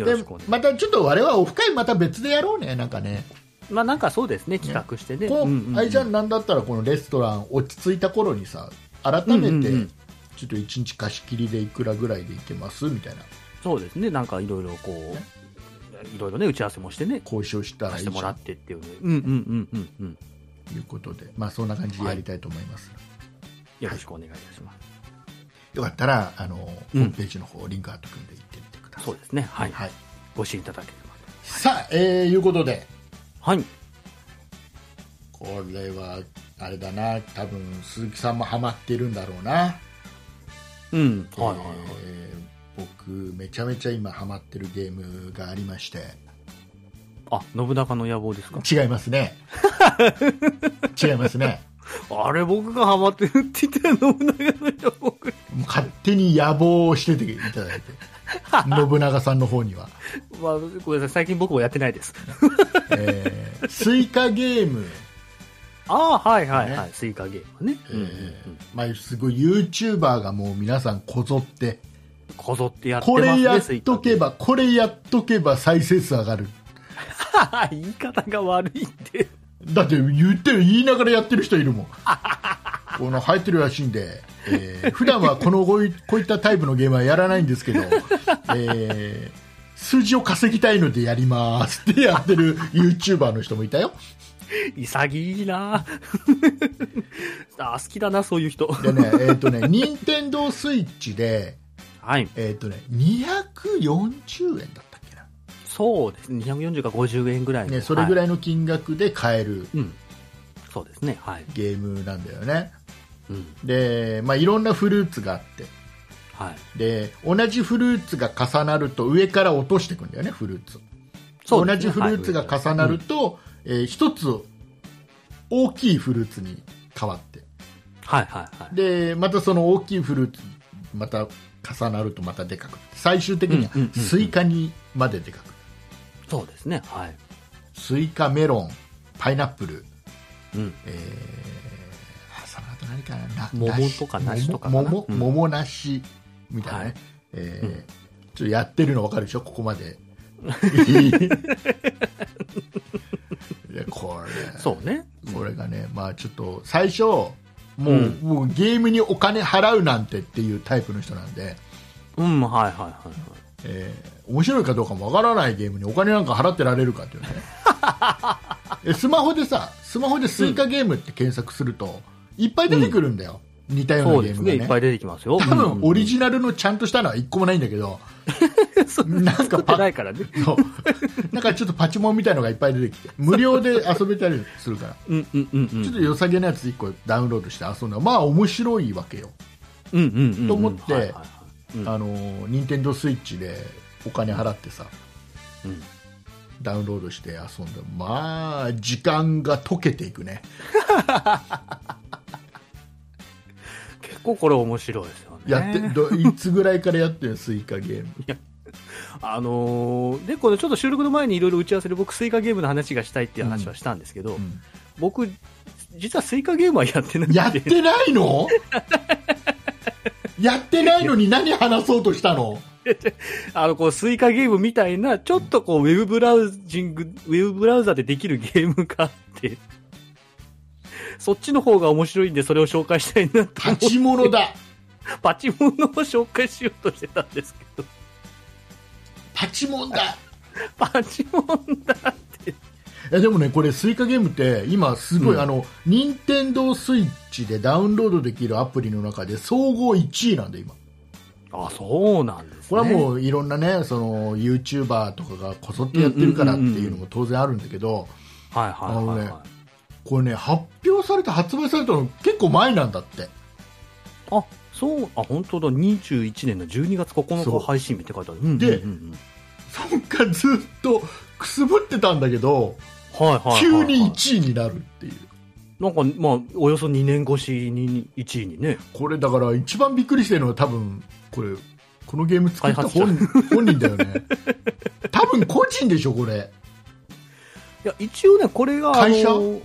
よろしくお願いでしままたちょっと我々はオフ会また別でやろうねなんかねす。まあなんかそうですね。企画してね。こう、んんんあれじゃんなんだったらこのレストラン落ち着いた頃にさ改めうんうんうてんちょっと1日貸し切りでいくらぐらいで行けますみたいなそうですね。なんかいろいろこう、いろいろね、打ち合わせもしてね、交渉したらさいいせじてゃもらんってっていうね。うんうんうんうんうん。ということで、まあ、そんな感じでやりたいと思います、よろしくお願いいたします。よかったらあの、うんホームページの方リンク貼っとくんで行ってみてくださそいうですね。はい。はい、ご支援いただければ。さあ、えー、いうことではい。これはあれだな多分鈴木さんもハマってるんだろうなうん。はいはいはい。えー僕めちゃめちゃ今ハマってるゲームがありましてあ、信長の野望ですか。違います ね違いますねあれ、僕がハマってるって言ってた信長の野望。もう勝手に野望をしてていただいて信長さんの方には、 まあ、ごめんなさい。最近僕もやってないです。えースイカゲーム、ああ、はいはいはい。スイカゲームね。えーうんうんうんまあ、すごい YouTuber がもう皆さんこぞってこぞってやってこますね、れやっスイカとゲけーム。ばこれやっとけば再生数上がる 言い方が悪いって。だって言ってる言いながらやってる人いる もんこの入ってるらしいんで、えー普段はこのこういこういったタイプのゲームはやらないんですけど、えー数字を稼ぎたいのでやりますってやってる YouTuber の人もいたよ潔いな あ好きだな、そういう人。でねえっ、と ね任天堂スイッチではい。えっ、とね240円だったっけな、そうですね。240か50円ぐらいの。ね、それぐらい。いの金額で買えるうん。そうですね。はい。ゲームなんだよねうん。で、まあ、いろんなフルーツがあってはい。で同じフルーツが重なると上から落としていくんだよねフルーツ、そう同ですじねフルーツが重なると、えー一つ大きいフルーツに変わってはいはいはい。でまたその大きいフルーツまた重なるとまたでかく最終的にはうんうんうんうんスイカにまででかく、そうですね。はい。スイカメロンパイナップル、うん。えー、あその後何かな桃梨とか梨とかかな桃桃,、うん桃梨みたいなね、はいえーうんちょっとやってるの分かるでしょここま でいやこれそうね。これがね、まあ、ちょっと最初もう,、うんもうゲームにお金払うなんてっていうタイプの人なんで、うん、はいはいはいはい。えー面白いかどうかもわからないゲームにお金なんか払ってられるかって いうねえスマホでさスマホでスイカゲームって検索すると、いっぱい出てくるんだよ、似たようそなうゲでーすムね。いっがぱねい出てきますよ。 多うん分オリジナルのちゃんとしたのは一個もないんだけ ど、なんか作ってパないからね。そう なんかちょっとパチモンみたいのがいっぱい出てきて無料で遊べたりするからうんうんうんうん。ちょっと良さげなやつ1個ダウンロードして遊んだらまあ面白いわけよ、うんうんうんうん。と思ってはいはいはいうんあの任天堂スイッチでお金払ってさうんダウンロードして遊んでまあ時間が溶けていくね結構これ面白いですよね。やって、どいつぐらいからやってるスイカゲームあのーで、このちょっと収録の前にいろいろ打ち合わせで僕、スイカゲームの話がしたいっていう話はしたんですけど、うん僕、実はスイカゲームはやってなくて、やってないのやってないのに何話そうとしたの あの、こう、スイカゲームみたいな、ちょっとこう、ウェブブラウジング、ウェブブラウザでできるゲームがあって、そっちの方が面白いんで、それを紹介したいなと思立って、ち物だパチモノを紹介しようとしてたんですけど、立ち物だパチモンだ。 えでもねこれスイカゲームって今すごい、うんあの任天堂スイッチでダウンロードできるアプリの中で総合1位なんで今あ、そうなんですね。これはもういろんなねその YouTuber とかがこそってやってるからっていうのも当然あるんだけどはいはいはい、あはのこれね発表された発売されたの結構前なんだってい。あ、そう、あ、本当だ、21年の12月9そう日配信日って書いてある。うんでうんうんうんそっからずっとくすぶってたんだけど、はいはいはい急はいに1位になるっていう。なんか、まあ、およそ2年越しに1位にね。これだから一番びっくりしてるのは多分、これ、このゲーム作った本本人だよ ね。多分個人でしょ、これ。いや、一応ね、これが、会社あの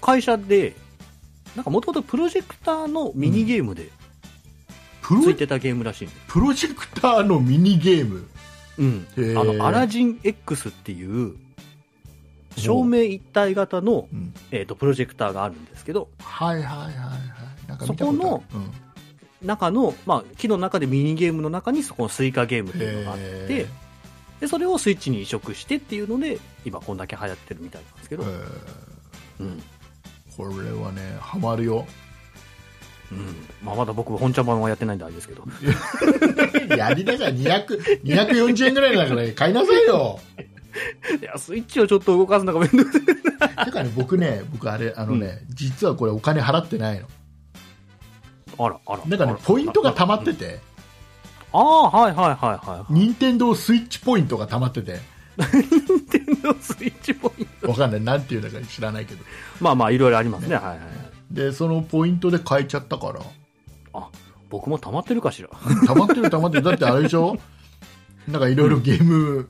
会社で、なんかもともとプロジェクターのミニゲームでプつロいてたゲームらしいんでプロジェクターのミニゲーム。うん。へーあの、アラジン X っていう、照明一体型の、うんえー、とプロジェクターがあるんですけど、はいはいはいはい。なんか見たそことあるの、うん中の、まあ、機の中でミニゲームの中にそこのスイカゲームっていうのがあって、へでそれをスイッチに移植してっていうので今こんだけ流行ってるみたいなんですけえど、ーうんこれはね、ハマるよ。うんまあ、まだ僕本茶版はやってないんであれですけどやりなさい、200 240円ぐらいだから買いなさいよ。いやスイッチをちょっと動かすのが面倒くさいてかね、僕ね、僕あれ、あのね、実はこれお金払ってないの。 あらあらなんかね、ポイントが溜まってて、ああーはいはいはいはい 任天堂スイッチポイントが溜まってて、任天堂スイッチポイントわかんない、なんていうんだか知らないけど。まあまあいろいろありますねはいはいはいで、そのポイントで買えちゃったから。あ僕も溜まってるかしら溜まってる溜まってる。だってあれでしょなんかいろいろゲーム、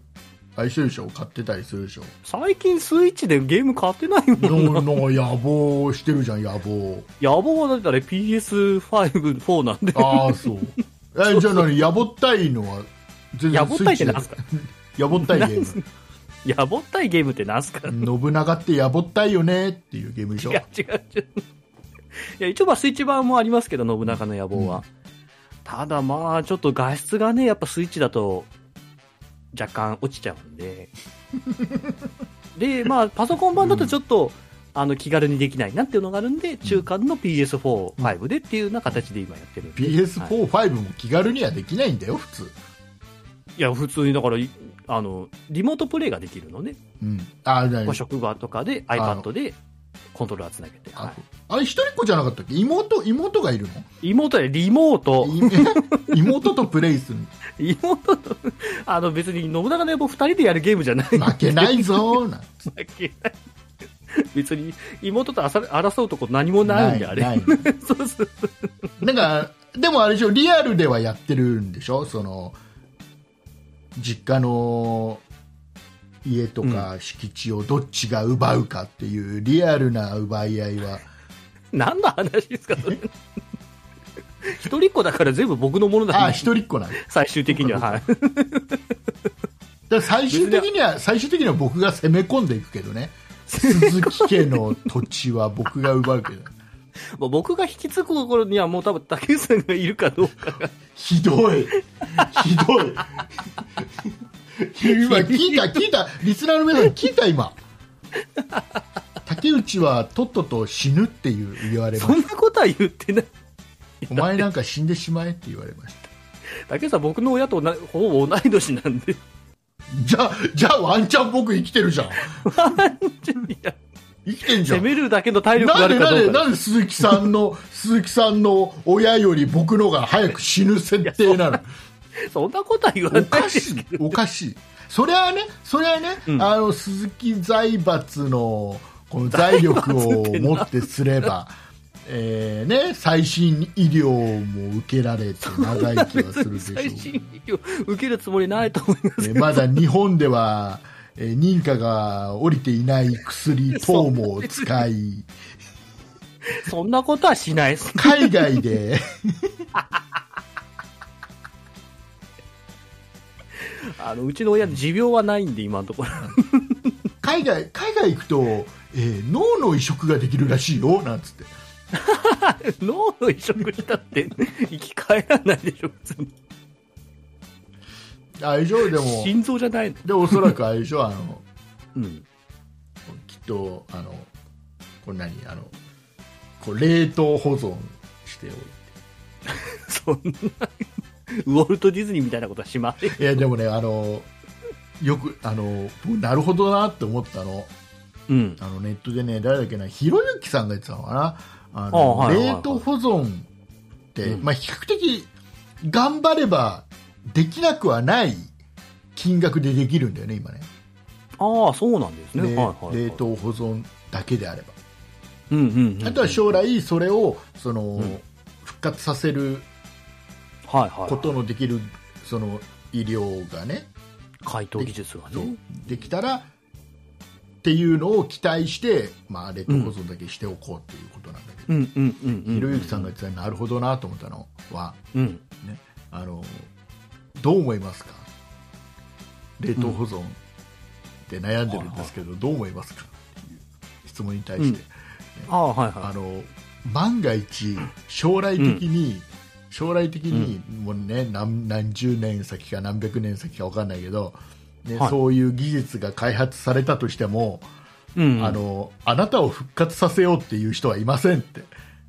相性でしょ買ってたりするで しょ最近スイッチでゲーム買ってない もんのの野望してるじゃん、野望。野望はだってあれ PS5、4なんで。ああ、そう。え、じゃあ何野暮ったいのは、全野暮ったいってなんスすイかッチで野暮ったいゲーム。野暮ったいゲームってなんすか信長って野暮ったいよねっていうゲームでし違ょう違う 違う。いや、一応まあスイッチ版もありますけど、信長の野望は。ただまあ、ちょっと画質がね、やっぱスイッチだと、若干落ちちゃうん で。で、まあ、パソコン版だとちょっと、あの、気軽にできないなっていうのがあるんで、中間の PS4、5でっていうような形で今やってるんで。はい PS4、5も気軽にはできないんだよ、普通。いや、普通にだから、いあの、リモートプレイができるのね。うん。ああ、じゃまあ、あ職場とかであの iPad でコントローラーつなげて、はあれ一人っ子じゃなかったっけ妹、妹がいるのい、妹でリモートい 妹とプレイする妹とあの別に信長の野望2人でやるゲームじゃないんだ負けない ぞーなんてけど別に妹とあさ争うとこ何もないんであれないそうそうなんかでもあれでしょリアルではやってるんでしょその実家の家とか敷地をどっちが奪うかっていうリアルな奪い合い は何の話ですかそれ一人っ子だから全部僕のものあだ、ね、一人っ子なんだだ最終的には、はい、から最終的には最終的には僕が攻め込んでいくけど ね鈴木家の土地は僕が奪うけどもう僕が引き継ぐ頃にはもう多分竹内さんがいるかどうかがひどい。ひどい。今聞いた、聞いた、リスナーの皆さん聞いた今。竹内はとっとと死ぬっていう言われまそんしなことは言ってないた。お前なんか死んでしまえって言われました。竹内さん僕の親と同じほぼ同い年なんでじゃあ、じゃあワンチャン僕生きてるじゃん。いや生きてんじゃ攻ん。めるだけの体力がなあんでるなかんどでうかなんで鈴木さんの鈴木さんの親より僕のが早く死ぬ設定なのそんなことは言わないおでかしすいけど、 おかしい。それはね、それはね、うんあの鈴木財閥のこの財力を持ってすれば、えーね、最新医療も受けられて長生きはするでしょ 最新医療受けるつもりないと思いまう。えーまだ日本では、えー認可が下りていない薬等も使い、す。そんなことはしないです。海外で、あのうちの親、持病はないんで、今の ところ。海外、海外行くと、えー脳の移植ができるらしいよ、なんつって。脳の移植したって、生き返らないでしょ、別に。あれでしょでも、心臓じゃないの。で、おそらくあれでしょあの、うん。きっとあのこれ何あのこう冷凍保存しておいそんな、ウォルト・ディズニーみたいなことはしません。ていやでもねあのよくあの僕なるほどなって思ったのうん。あのネットでね誰だっけなひろゆきさんが言ってたのかなあのあはいはいはい冷凍保存って、うんまあ、比較的頑張ればできなくはない金額でできるんだよね、今ね。ああ、そうなんですね。ではいはい、はい。冷凍保存だけであれば。うんうん、うん。あとは将来。来それをその、ん復活させるはいはい。ことのできるその医療がね、解凍技術がね。できたらっていうのを期待して、まあ、冷凍保存だけしておこうっていうことなんだけど、うんうんうんうん。ひろゆきさんが言ってたなるほどなと思ったのは、うん。ね、あのどう思いますか冷凍保存って悩んでるんですけど、どう思いますかっていう質問に対して。ああ、はいはあい。の万が一将来的に、将来的にもうね何何十年先か何百年先か分かんないけど、ねはいそういう技術が開発されたとしても、うん。あ、のあなたを復活させようっていう人はいませんって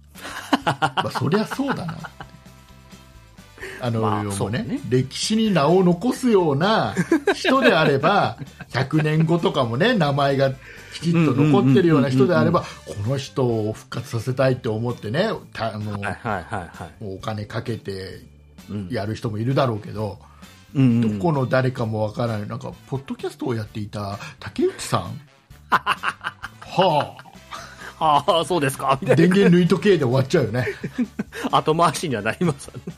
まあそりゃそうだなあの、まあもうそうねね歴史に名を残すような人であれ ば100年後とかもね名前がきちっと残ってるような人であればこの人を復活させたいって思ってねたあの、はいはいはいはい。お金かけてうん。やる人もいるだろうけど、うんうん、どこの誰かもわからないなんかポッドキャストをやっていた竹内さん はあああ、そうですか。みたいな電源抜いとけで終わっちゃうよ ね。 後回しにはなりますわね。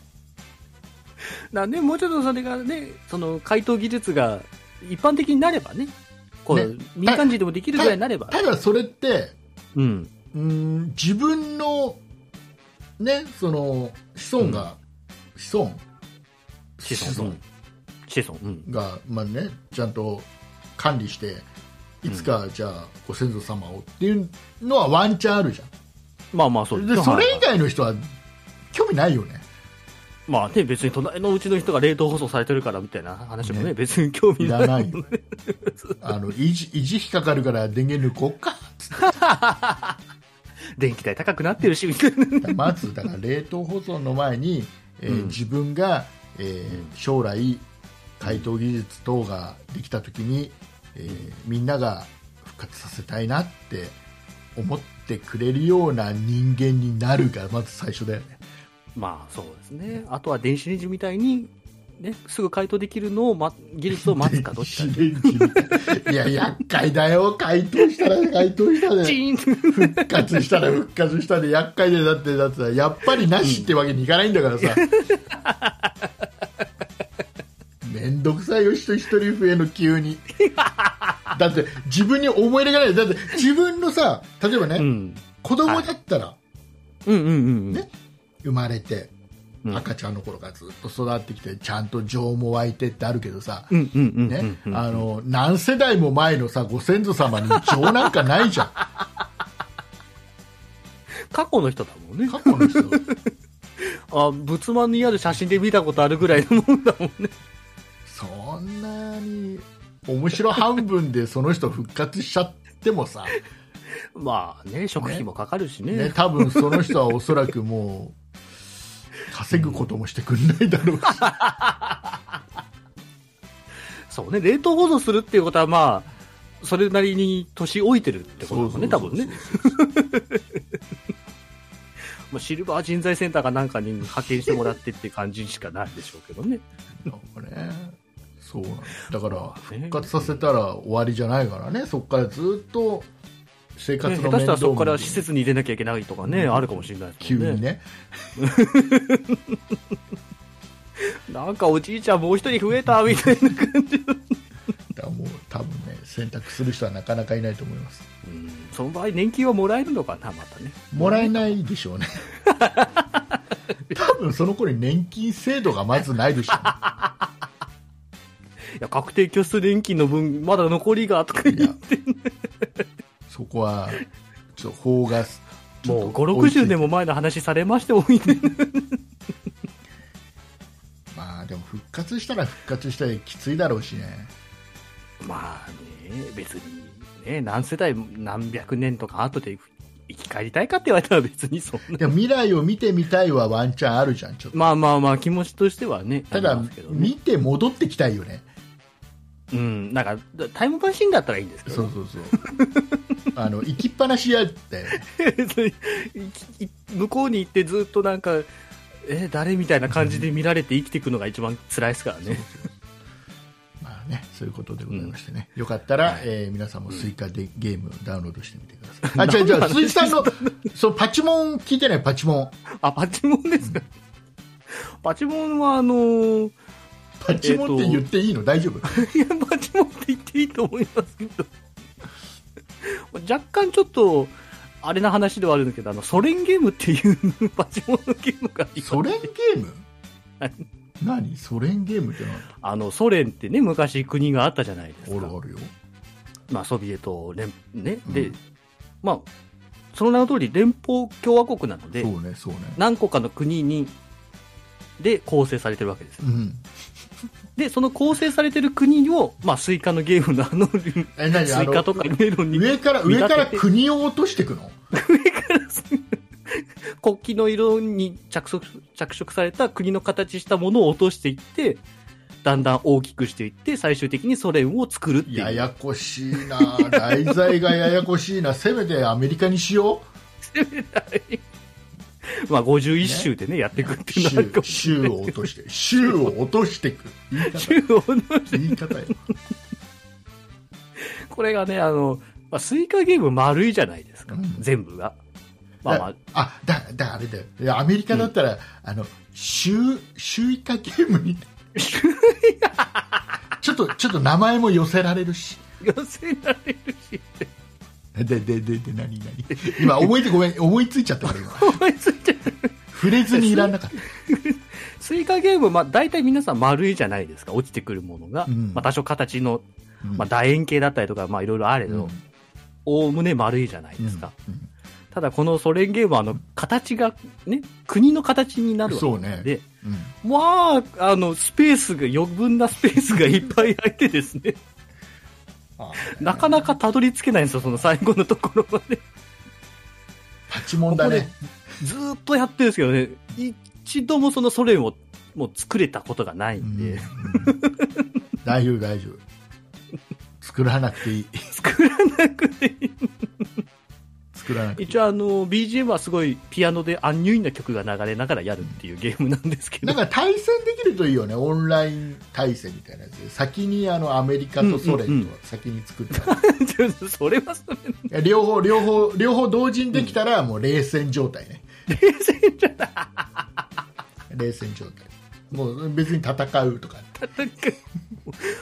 だね、もうちょっとそれがね、その解凍技術が一般的になればね、こう、ね民間人でもできるぐらいになれば。ただそれって、うん。うーん、自分の、ね、その、子孫が、子孫子孫。うん子孫。うん。が、まあね、ちゃんと管理して、いつか、じゃあ、ご先祖様をっていうのはワンチャンあるじゃ。まあまあ、そうんでで、すそれ以はいはい外の人は、興味ないよね。まあね、別に隣のうちの人が冷凍保存されてるからみたいな話もね、ね別に興味いない。らないよ ね。あの、維持、維持費かかるから電源抜こうか。電気代高くなってるし、み たいな。まずだから冷凍保存の前に、えーうん自分が、えーう将来解凍技術等ができた時に、えーみんなが復活させたいなって思ってくれるような人間になるがまず最初だよねまあそうですね。あとは電子レンジみたいに、ね、すぐ解凍できるのを、ま、技術を待つかどっちか電。子レンジみたいいや厄介だよ解凍したら解凍したチでーン 復活したら復活したで厄介でだってだってさやっぱりなしってわけにいかないんだから さ、めんどくさいよ人一人増えの急にだって自分に思い入れがないだって自分のさ例えばね、うん。子供だったらうんうんうん。ね生まれて、うん赤ちゃんの頃からずっと育ってきてちゃんと情も湧いてってあるけどさ、うんうんうんうん。ねうんあの何世代も前のさご先祖様に情なんかないじゃん過去の人だもんね。過去の人あ、仏間にある写真で見たことあるぐらいのもんだもんね。そんなに面白半分でその人復活しちゃってもさ、 まあね、食費もかかるしね。ね、多分その人はおそらくもう稼ぐこともしてくんないだろうし、そうね、冷凍保存するっていうことは、まあ、それなりに年老いてるってことだもんね、多分ね。 まあ、シルバー人材センターかなんかに派遣してもらってっていう感じしかないでしょうけどね。なんかねそうなんだだから復活させたら終わりじゃないからねそこからずっと生活ねの下手面し倒たらそこから見て施設に入れなきゃいけないとかね、あるかもしれないです急もんにねなんかおじいちゃんもう一人増えたみたいな感じ。だからもう多分ね選択する人はなかなかいないと思いますうん その場合年金はもらえるのかな、またね。もらえないでしょうね多分その頃に年金制度がまずないでしょうねいや、確定拠出年金の分、まだ残りが、とか言っいてや、そこは、ちょっと法が、ちもょうっと5、追いつい60年も前の話されましてもいいね。まあでも復活したら復活したらきついだろうしね。 まあね、別に、ね、何世代、何百年とか後で生き返りたいかって言われたら別にそんな。でも未来を見てみたいはワンチャンあるじゃん、ちょっと。まあまあまあ、気持ちとしてはね、たあだりますけ、どね見て戻ってきたいよね。うん、なんか、タイムマシンだったらいいんですけそどうね、 そうそう。あの、行きっぱなしやって、 別にい向こうに行ってずっとなんか、え誰みたいな感じで見られて生きていくのが一番辛いですからね。まあね、そういうことでございましてね、よかったら、はいえー皆さんもスイカでゲームダウンロードしてみてく ださい。あ、違う違う、鈴木さんの、そう、パチモン聞いてない、パチモン。あ、パチモンですか。パチモンはあのー、パチモンって言っていいの、大丈夫いや、パチモンって言っていいと思いますけど。若干ちょっと、あれな話ではあるんだけど、あの、ソ連ゲームっていう パチモンのゲームが今ソ連ゲームはい何ソ連ゲームってなんだあの、ソ連ってね、昔国があったじゃないであするか。あるよ。まあ、ソビエト連、ね、うんで、まあ、その名の通り連邦共和国なのでそ、うね、そうね。何個かの国に、で構成されてるわけですよ。うん。で、その構成されてる国を、まあ、スイカのゲームのあの、え、何スイカとかメロンに上から、見上立ててから国を落としていくの国旗の色に着色着色された国の形したものを落としていって、だんだん大きくしていって、最終的にソ連を作るっていう。ややこしい な題材がややこしいなせめてアメリカにしよまあ、51州でね、やっていくっうていうのは州こ州をう、落として州を落としていく言い方州を言い方よこれがね、あの、まあ、スイカゲーム丸いじゃないですか、うん全部が。まあまあ、あだだあれだよいやアメリカだったら、あの州州以下ゲームに ちょっとちょっと名前も寄せられるし寄せられるし、でででで何何今思いつごめん思いついちゃったから今思いついちゃう。触れずにいらんなかったスイカゲーム、まあ、大体皆さん丸いじゃないですか、落ちてくるものが。うんまあ、多少形の、うんまあ、楕円形だったりとか、まあ、いろいろあれうんど、おおむね丸いじゃないですか。うんただこのソ連ゲームはあの形がね、国の形になるわけそうねで、うんまあ、あの、スペースが、余分なスペースがいっぱい空いてですね、 あなかなかたどり着けないんですよ、その最後のところまで。 パチモンだねずーっとやってるんですけどね、一度もそのソ連をもう作れたことがないんで、大丈夫大丈夫作らなくていい 作らなくていい。作らなくていい一応あの、BGM はすごいピアノでアンニュイな曲が流れながらやるっていうゲームなんですけなどん、か対戦できるといいよねオンライン対戦みたいなやつで先にあのアメリカとソ連と先に作った、い それはそれや両方両方両方同時にできたらもう冷戦状態ね冷静じゃない冷戦状態もう別に戦うとかなんか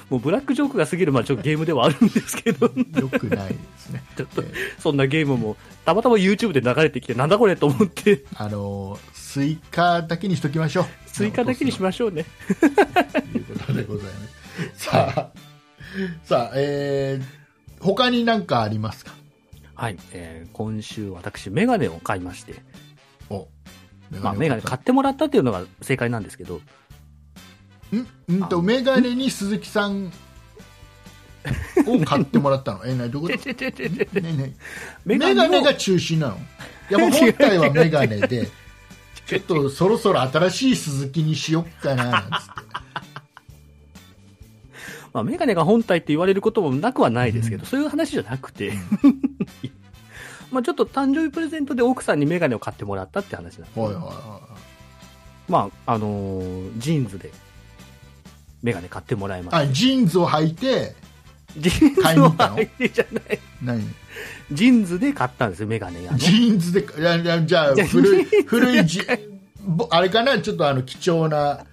もうブラックジョークが過ぎる、まあ、ちょっとゲームではあるんですけど、よくないですね ちょっとえーそんなゲームもたまたま YouTube で流れてきて、なんだこれと思って、 あのスイカだけにしときましょう追加だけにしましょうね。ということでございます。 さあ、さあ、えー、他に何かありますかはい、えー今週私、メガネを買いまして、お、メまあ、メガネ買っってもらったっていうのが正解なんですけど、んんと、メガネに鈴木さんを買 ってもらったの。え、なに、どこちだょちょちょちょちょねねメメガガネネがが中心なの。いや、もう本体はメガネで、ちょっとそろそろ新しい鈴木にしよっかな、なんつって。まあ、メガネが本体って言われることもなくはないですけど、そういう話じゃなく て、まあちょっと誕生日プレゼントで奥さんにメガネを買ってもらったって話なんですはいはいはまあ、あのージーンズで、メガネ買ってもらいました。い。あ、ジーンズを履いて、ジーンズ買いに行のったの相手じゃない。何ジーンズで買ったんですよ、メガネがね。ジーンズで、いやいやじゃあ、じゃあ古い、古いジ、ぼあれかな、ちょっとあの、貴重な、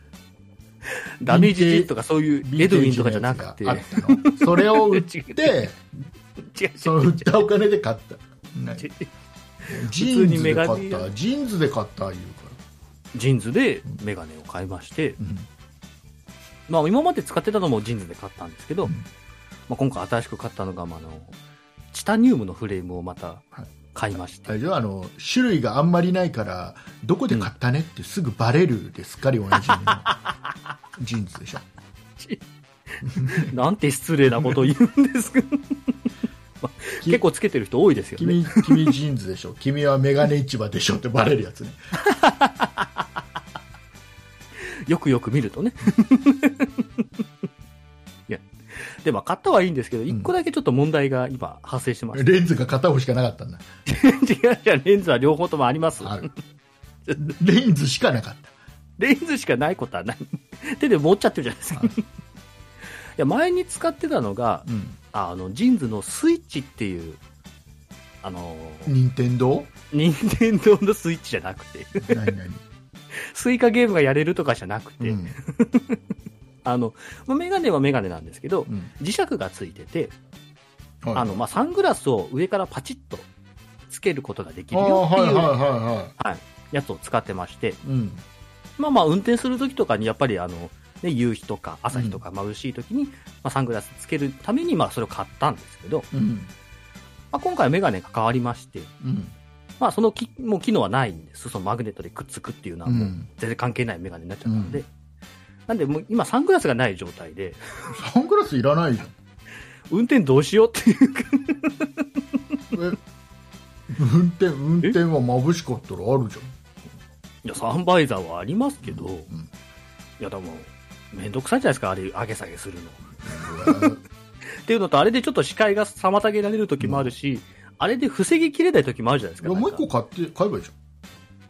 ダメージジーンとかそういう、エドウィンとかじゃなくて。あったの。それを売っ 違て、違う違その売ったお金で買った。ねう違うジーン普通にズメでガ買ネっやた、ジーンズで買った言うかジーンズでメガネを買いまして、ら。まあ今まで使ってたのもジーンズで買ったんですけど、うんまあ今回新しく買ったのが、まああの、チタニウムのフレームをまたはい買いまして。大丈夫あの、種類があんまりないから、どこで買ったねってすぐバレるですっかり同じ みのジーンズでしょ。なんて失礼なことを言うんで すかまあ結構つけてる人多いですよね。君、君ジーンズでしょ。君はメガネ市場でしょってバレるやつね。よくよく見 るとね。いや、でも買ったはいいんですけど、一個だけちょっと問題が今発生してまして、レンズが片方しかなかったんだ。違う違う、レンズは両方ともあります。あるレンズしかなかった。レンズしかないことはない。手で持っちゃってるじゃないですか。はい いや、前に使ってたのが、うんあの、ジーンズのスイッチっていう、あの、任天堂任天堂のスイッチじゃなくて、 何々スイカゲームがやれるとかじゃなくて、うんあの、まあメガネはメガネなんですけど、うん磁石がついてて、はいあの、まあ、サングラスを上からパチッとつけることができあるーよってはいいはいうはいはやつを使ってまして、いうんまあまあ、運転するときとかに、やっぱりあの、ね、夕日とか朝日とか眩しいときに、まあ、サングラスつけるために、まあ、それを買ったんですけど、うんまあ、今回はメガネが変わりまして、うんまあ、そのきもう機能はないんです。そのマグネットでくっつくっていうのはうもうん全然関係ないメガネになっちゃったんで。うなんで、もう今サングラスがない状態で、サングラスいらないじゃん運転どうしようっていうか、え運転運転は眩しかったらあるじいや、サンバイザーはありますけど、いうんや、でも、めんどくさいじゃないですか、あれ、上げ下げする の。ゃんっていうのと、あれでちょっと視界が妨げられる時もあるし、あれで防ぎきれない時もあるじゃないですいか。やもうな一んか個買って買えばいいじ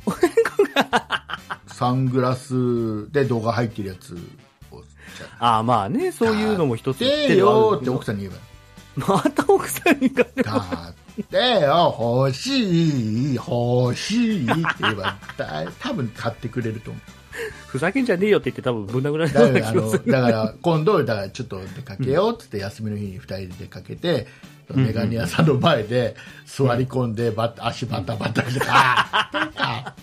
ゃんサングラスで動画入ってるやつをじゃあああ、まあね、そういうのも一つでよーって奥ささんに言えん。また奥さんに買ってばいいだってよ欲しい欲しいって言えばだ多分買ってくれると思 うふざけんじゃねえよって言って多分ぶん殴られだたからあな気がのすだる。から今度だからちょっと出かけようってって休みの日に2人で出かけて、んメガネ屋さんの前で座り込んでバタ足バタバタして、 あーなんか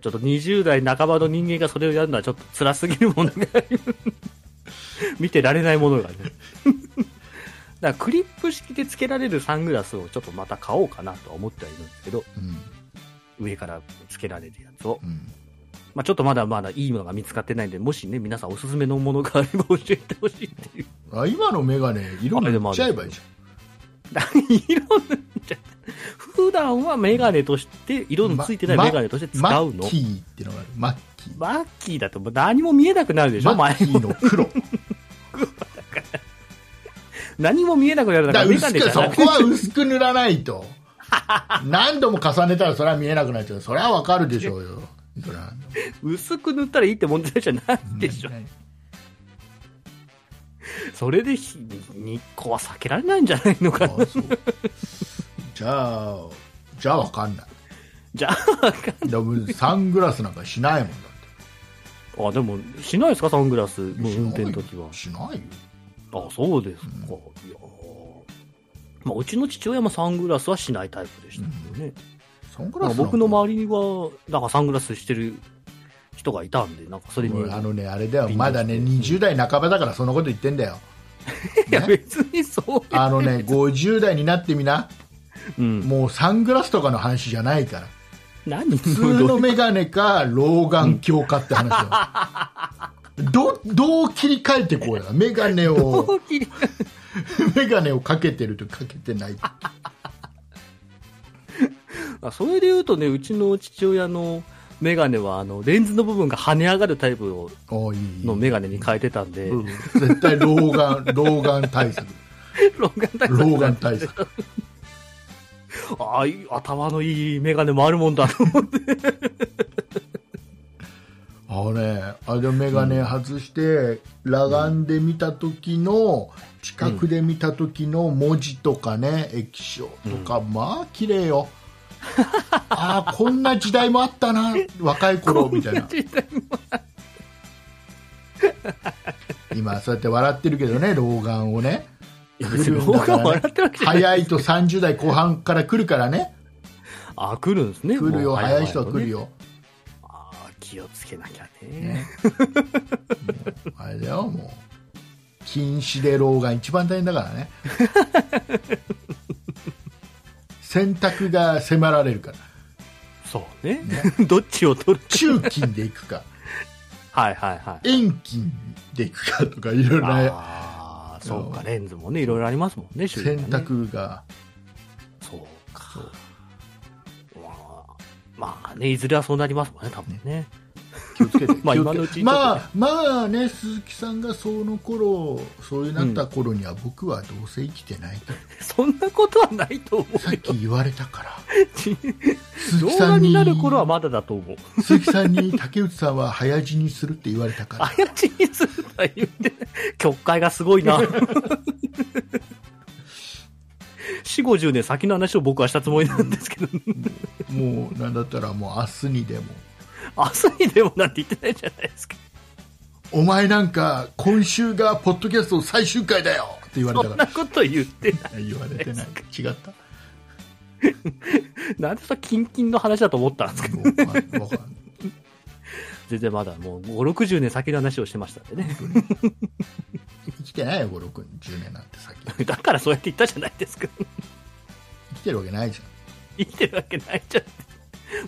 ちょっと20代半ばの人間がそれをやるのはちょっと辛すぎるものがあります見てられないものがね。 だからクリップ式で付けられるサングラスをちょっとまた買おうかなとは思ってはいるんですけど、うん上から付けられるやつを。うんまあ、ちょっとまだまだいいものが見つかってないんで、もしね、皆さんおすすめのものがあれば教えてほしいっていう。あ今のメガネ色塗っちゃえばいいじ色なんじゃ、普段はメガネとして、色のついてないまメガネとしてゃんマ使うの。ッキーっていうのがあるマッキーマッキーだともう何も見えなくなるでしょ、マ前ッキーの 黒何も見えなくなるだだかかららメ薄ガネじくゃそなくてこは薄く塗らないと何度も重ねたらそれは見えなくなっちゃうそれはわかるでしょうよそれは薄く塗ったらいいって問題じゃないでしょ、それで日日光は避けられないんじゃないのかなあそうじゃあじゃあわかんないじゃあでもサングラスなんかしないもんだっあでもしないですかサングラスもうて運転の時はしないよあそうですか、いやーまあ、うちの父親もサングラスはしないタイプでしたけどね、サングなんラかス僕の周りにはなんかサングラスしてる人がいたんでなんかそれりに、 あのねあれだよまだね20代半ばだからそんなこと言ってんだよいや別にそうあのね50代になってみなうん、もうサングラスとかの話じゃないから何普通のメガネか老眼鏡かって話だよどどう切り替えてこうやメガネを大きい メガネをかけてるとかけてないあそれで言うとね、うちの父親のメガネは、あの、レンズの部分が跳ね上がるタイプをおいいのメガネに変えてたんで、うん絶対老眼老眼対策老眼対策老眼対策ああいい頭のいいメガネもあるもんだと思って。あのねあれメガネ外して裸眼で見た時の近くで見た時の文字とかね液晶とか、まあ綺麗よ ああこんな時代もあったな若い頃みたい な今そうやって笑ってるけどね老眼をねいや別に老眼笑ってるわけじゃない。早いと30代後半から来るからねあ、来るんですね。来るよもう早い人は来るよ。よ、ああ、気をつけなきゃね。ね、もうあれだよもう禁止で老眼一番大変だから ね選択が迫られるからそうね。 どっちを取る中金でいくかはいはいはい。遠近でいくかとかいろいろなああ、そうか、レンズもね、いろいろありますもんね、種類が選ね択が、そうか。まあ、まあね、いずれはそうなりますもんね、多分 ね。気をつけてまあ気をつけ今のうちにちょっとねまあまあね鈴木さんがその頃そういうなった頃には僕はどうせ生きてないから、そんなことはないと思 さっき言われたからう。鈴動木さ画んにになる頃はまだだと思う。鈴木さんに竹内さんは早死にするって言われたからあやちにするとは言って、曲解がすごい な。四五十年先の話を僕はしたつもりなんですけど、もうなんだったらもう明日にでも明日にでもなんて言ってないじゃないですか。お前なんか今週がポッドキャスト最終回だよって言われそたんかなこと言ってない。ら言われてない違ったなんでそれキンキンの話だと思ったんですかもうわかんないわかんない全然まだもう5、60年先の話をしてましたんで ね。生きてないよ56 10年なんて先だからそうやって言ったじゃないですか。 生きてるわけないじゃ生きてるわけないじゃん。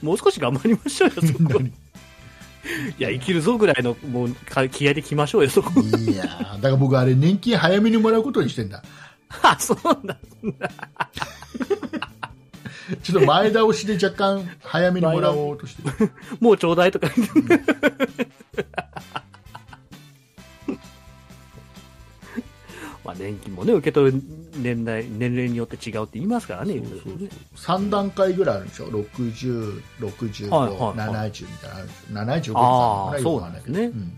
もう少し頑張りましょうよ、そんこ。いや、生きるぞぐらいの、もう、か気合で来ましょうよ、そこ。 いやーだから僕あれ年金早めにもらうことにしてんだあ、そうなんだ。ちょっと前倒しで若干早めにもらおうとしてるもうちょうだいとか言って。まあ年金もね、受け取る年代、年齢によって違うって言いますからね。 3段階ぐらいあるんでしょ60、65、はいはいはい70みたいなのあるんでしょ75とあかあよくわかそうなんですん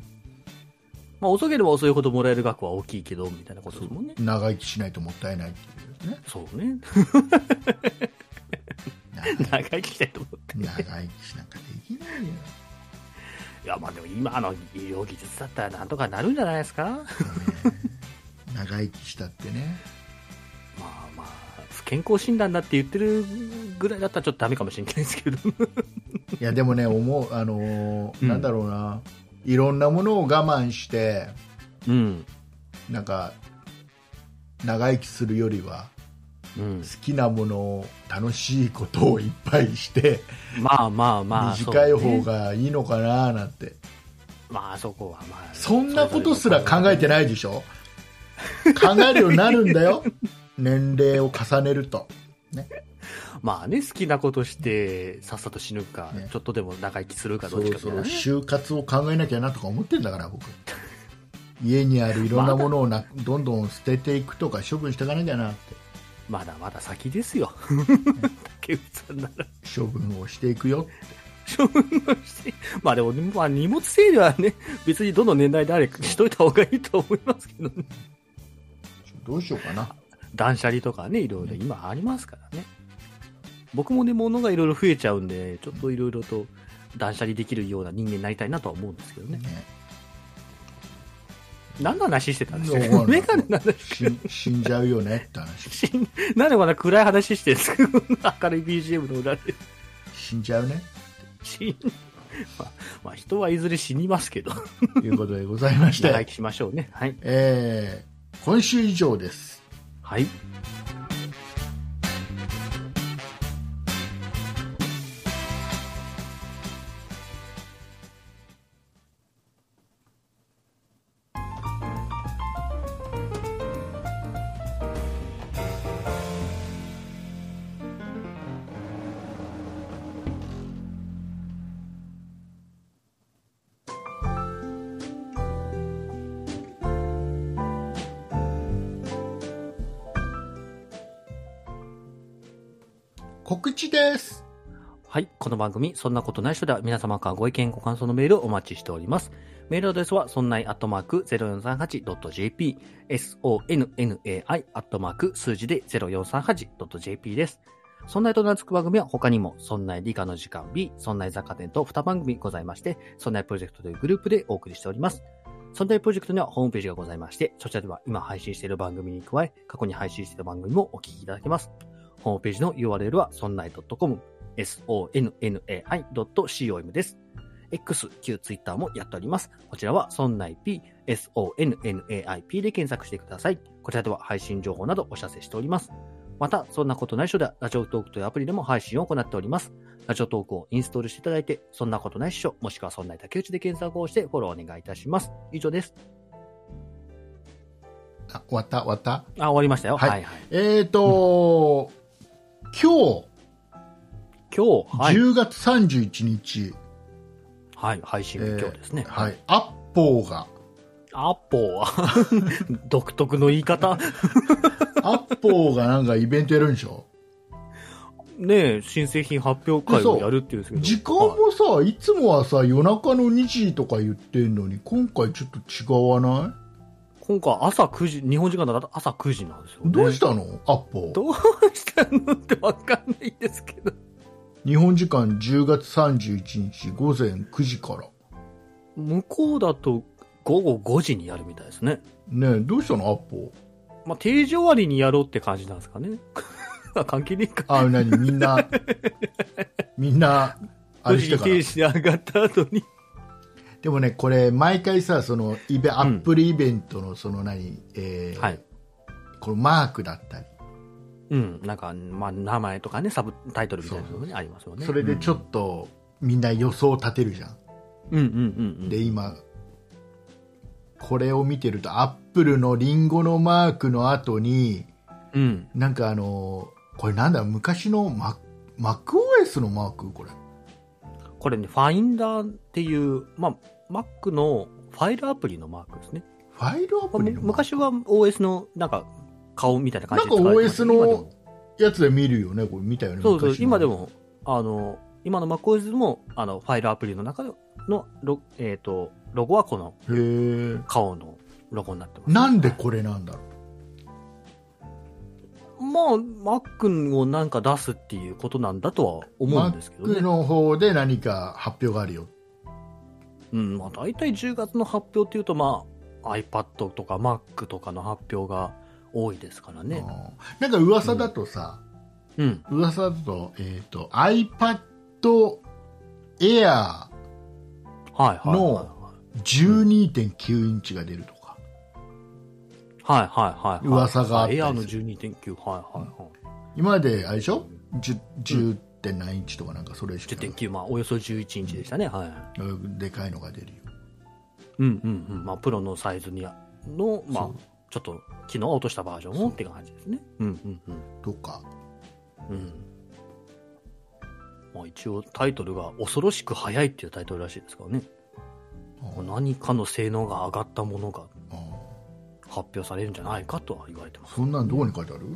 まあ遅ければ遅いほどもらえる額は大きいけど、みたいなことですもんね。長生きしないともったいないっていうねそうね。 長長生きしたいと思う。長生きしなんかできないよいや、まあでも今の医療技術だったらなんとかなるんじゃないですか。ま長生きしたってねあまあ、不健康診断だって言ってるぐらいだったらちょっとダメかもしれないですけど。いやでもね思うあのーうんなんだろうないろんなものを我慢してうん。なんか長生きするよりはうん好。きなものを楽しいことをいっぱいしてまあまあまあ。短いそうね方がいいのかななんてまあそこはまあそんなことすら考えてないでしょ考えるようになるんだよ年齢を重ねるとまあね好きなことしてさっさと死ぬか、ねちょっとでも長生きするかどそっちうかそみうたいなね就活を考えなきゃなとか思ってんだから僕家にあるいろんなものを な、どんどん捨てていくとか処分していかなきゃなってまだまだ先ですよ竹内さんなら処分をしていくよ処分をしてまあでも、まあ、荷物整理はね別にどの年代であれしといた方がいいと思いますけどねどうしようかな断捨離とかねいろいろ今ありますからね僕もね物がいろいろ増えちゃうんでちょっといろいろと断捨離できるような人間になりたいなとは思うんですけどね ね何の話してたんですわかかんないメガネの話死ん死んじゃうよねって話死んなんでこんな暗い話してるんですか 明るい BGM の裏で死んじゃうね死んまあ、まあ、人はいずれ死にますけどと いうことでございまして、長 生きしましょうねはいえー今週以上ですはい告知ですはい。この番組、そんなことない人では皆様からご意見、ご感想のメールをお待ちしております。メールアドレスは、そんないアットマーク 0438.jp、sonnai アットマーク数字で 0438.jp です。そんないと名付く番組は他にも、そんない理科の時間 B、そんない雑貨店と2番組ございまして、そんないプロジェクトというグループでお送りしております。そんないプロジェクトにはホームページがございまして、そちらでは今配信している番組に加え、過去に配信していた番組もお聞きいただけます。ホームページの URL は、そんない .com、sonnai.com です。X、旧 Twitter もやっております。こちらは、そんない P、sonnaip で検索してください。こちらでは配信情報などお知らせしております。また、そんなことない人では、ラジオトークというアプリでも配信を行っております。ラジオトークをインストールしていただいて、そんなことないっしょ、もしくはそんない竹内で検索をしてフォローお願いいたします。以上です。あ終わった終わったあ、終わりましたよ。ははいい、はい、えーと、今今日、はい日、。10月31日、はい、配信日今日ですね。はい、アッポーが、アポは、 独特の言い方。アッポーがなんかイベントやるんでしょねえ、新製品発表会をやるっていうんですけど。時間はいもさ、い、つもはさ夜中の2時とか言ってんのに今回ちょっと違わな今回朝9時、日本時間だと朝9時なんですよ、いね。どうしたたのアッポどうしたのってわかんないですけど。日本時間10月31日午前9時から向こうだと午後5時にやるみたいですね。ねえどうしたのアッポまあ、定時終わりにやろうって感じなんですかね。 あ関係ねえか。あなにみん なみんなあ5れし時てにから定時で上がった後に。でもねこれ毎回さそのイベアップルイベントのその何、えーはい。このマークだったりうん。なんか、まあ、名前とかね、サブタイトルみたいなのもね、ありますよね。それでちょっとみんな予想を立てるじゃんうんうんうんうん。で今これを見てるとアップルのリンゴのマークの後にうん。なんかあのこれなんだ昔のマ MacOS のマークこれこれね、ファインダーっていう、まあ、Mac のファイルアプリのマークですね。ファイルアまあプリのむマーク昔は OS の、なんか、顔みたいな感なじんでか使われてました OS ね今でものやつで見るよねこれ見たよねそうそう、昔の今でも、あの、今の MacOS も、あの、ファイルアプリの中の、ロえっ、と、ロゴはこのへえ顔のロゴになってます、なんでこれなんだろうまあ、Mac をなんか出すっていうことなんだとは思うんですけど Mac ね。の方で何か発表があるようん、まあ、大体10月の発表っていうと、まあ、iPad とか Mac とかの発表が多いですからね。あーなんか噂だとさ、うん。噂だと,、えー、と iPad Air はいはいはい、のはい。 12.9インチが出るとか、はいはいはい。噂があったりエするアーの12.9。はいはいはい。今まであれでしょ 10, 10. 何インチとかなんかそれしか10.9、まあ、およそ11インチでしたね。はい。でかいのが出るようんうんうん。まあ、プロのサイズにあ、の、まあそう、ちょっと、機能を落としたバージョンをって感じですね。うんうんとかうん。うん。まあ、一応、タイトルが、恐ろしく早いっていうタイトルらしいですからね。何かの性能が上がったものがあー発表されるんじゃないかとは言われてます。そんなんどこに書いてある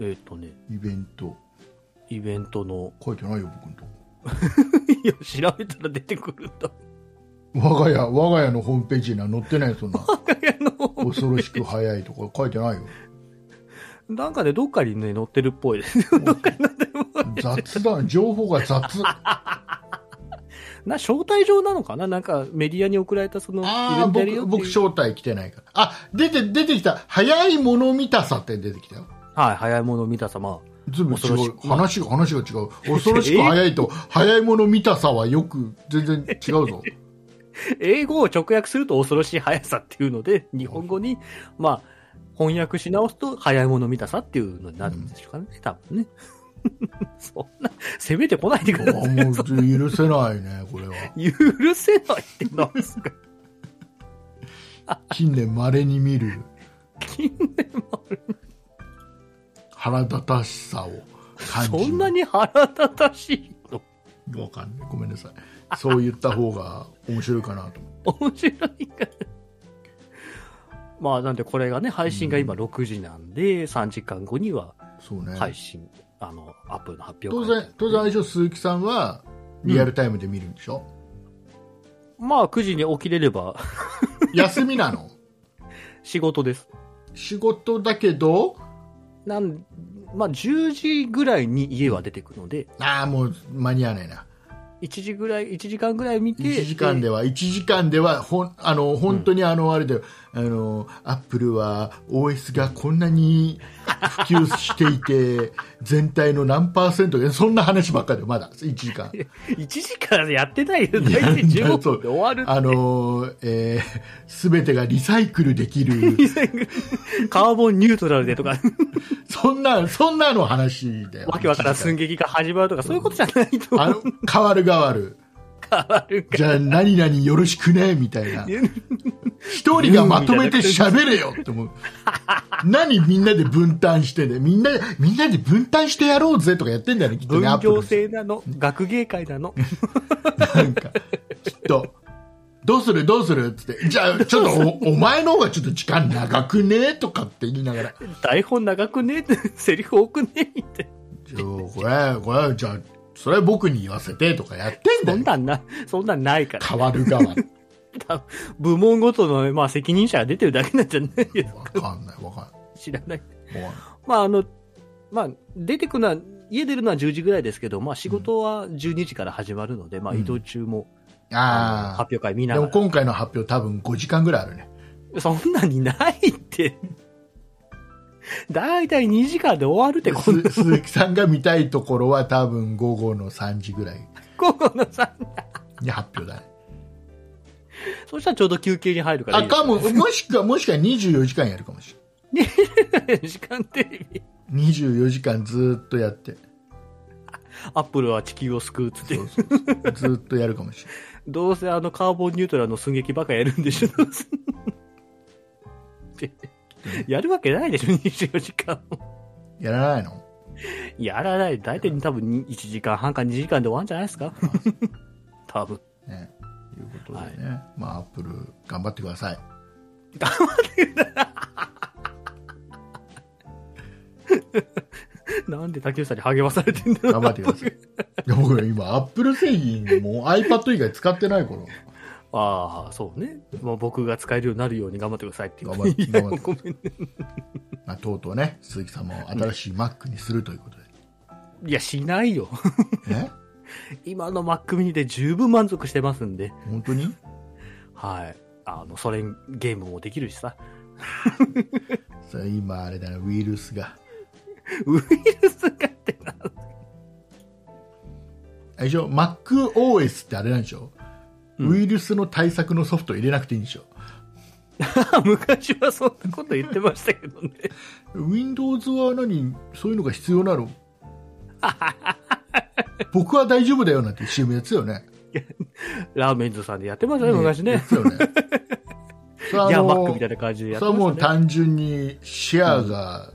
えっ、とね、イベントイベントの、 書いてないよ僕のとこいや、調べたら出てくるんだ。我が家我が家のホームページには載ってないよそんなあの恐ろしく早いとか書いてないよなんかね、どっかにね、載ってるっぽい ですよ。どっかに載ってるっぽい。雑 だ情報が雑あな、招待状なのかななんか、メディアに送られたその、あーイベントやるよ僕っていう僕招待来てないからあ出て出てきた早いもの見たさって出てきたよはい、早いもの見た様。ずいぶん恐ろ違しう話が話が違う恐ろしく早いと早いもの見たさはよく全然違うぞ英語を直訳すると恐ろしい速さっていうので、日本語に、まあ、翻訳し直すと、早いもの見たさっていうのになるんでしょうかね、多分ね。 そんな、攻めてこないであください。ーもう許せないねこれは許せないってなんですか。近年まれに見る近腹立たしさを感じそるんなに腹立たしいのわかんないごめんなさいそう言った方が面白いかなと思面白いから。まあ、なんでこれがね、配信が今6時なんで、3時間後にはうそうね、配信、あの、アップルの発表当会然当然相性鈴木さんはリアルタイムで見るんでしょ、まあ、9時に起きれれば 休みなの仕事です。仕事だけどなん、まあ、10時ぐらいに家は出てくので、ああもう間に合わないな1時ぐらい、1時間ぐらい見て、 1時間では、1時間では、ほんあの本当にあの、あれだよ、あの、アップルは OS がこんなに普及していて、 全体の何パーセントで、そんな話ばっかりだよ、まだ、1時 間。で1時間やってないよ。大や体 15そ分うで終わる。あの、えすべてがリサイクルでき る、カーボンニュートラルで とか、そんな、そんなの話だよ。わけわからん寸劇が始まるとか、そういうことじゃないとあの、変わる変わる。変わるかじゃあ、何々よろしくね、みたいな。ら。一人がまとめて喋れよって思う。何みんなで分担してね。みんな、みんなで分担してやろうぜとかやってんだよね、きっと分ね、アップル業の人制なの、学芸会なの。なんか、きっと。どうするどうするっつって。じゃあ、ちょっとお、お前の方がちょっと時間長くねとかって言いながら。 台本長くねって、セリフ多くねって。じよこれこれじゃあそれ僕に言わせてとかやってんだそんよなんな、そんなんな いから。変わる側わ部門ごとの、まあ、責任者が出てるだけなんじゃないよ。かんないわか知らない。んないわかんないまあ、あの、まあ、出てくのは、家出るのは10時ぐらいですけど、まあ、仕事は12時から始まるので、まあ、うん移動中も、ああの発表会見あなでがも今回の発表多分5時間ぐらいあるねら。そんなにないって。だいたい2時間で終わるって、でこんなす 鈴木さんが見たいところは多分午後の3時ぐらい午後の3に発表だねそしたらちょうど休憩に入るからいいあですかももしくはもしくは24時間やるかもしれない 時間テレビ。 24時間ずーっとやってアップルは地球を救うっつってそ。うそうそうずーっとやるかもしれないどうせあのカーボンニュートラルの寸劇ばっかやるんで しょ、どうせやるわけないでしょ、24時間も。やらないのやらない。大体多分1時間半か2時間で終わるんじゃないですか 多分。ねいうことでね、まあアップル頑張ってくださいなんで竹内さんに励まされてんだろう頑張ってくださいいや僕今アップル製品もう iPad 以外使ってないからああ、そうね。まあ、僕が使えるようになるように頑張ってくださいっていう。頑張っていや頑張ってごめんねまあ、とうとうね鈴木さんも新しい Mac にするということいや、しないよ。で、ね今の Mac mini で十分満足してますんで。本当にはい。あの、それゲームもできるしさ。それ今あれだなウイルスがウイルスがってな。あれでしょ MacOS ってあれなんでしょ、うんウイルスの対策のソフト入れなくていいんでしょ昔はそんなこと言ってましたけどね。 Windows は何そういうのが必要 なの僕は大丈夫だよなんて CM やつよね。ラーメンズさんでやってましたね、昔やねっ。てた よね。それはじゃああ、のマックみたいな感じでやっそてれはもまうしたね。単純にシェアが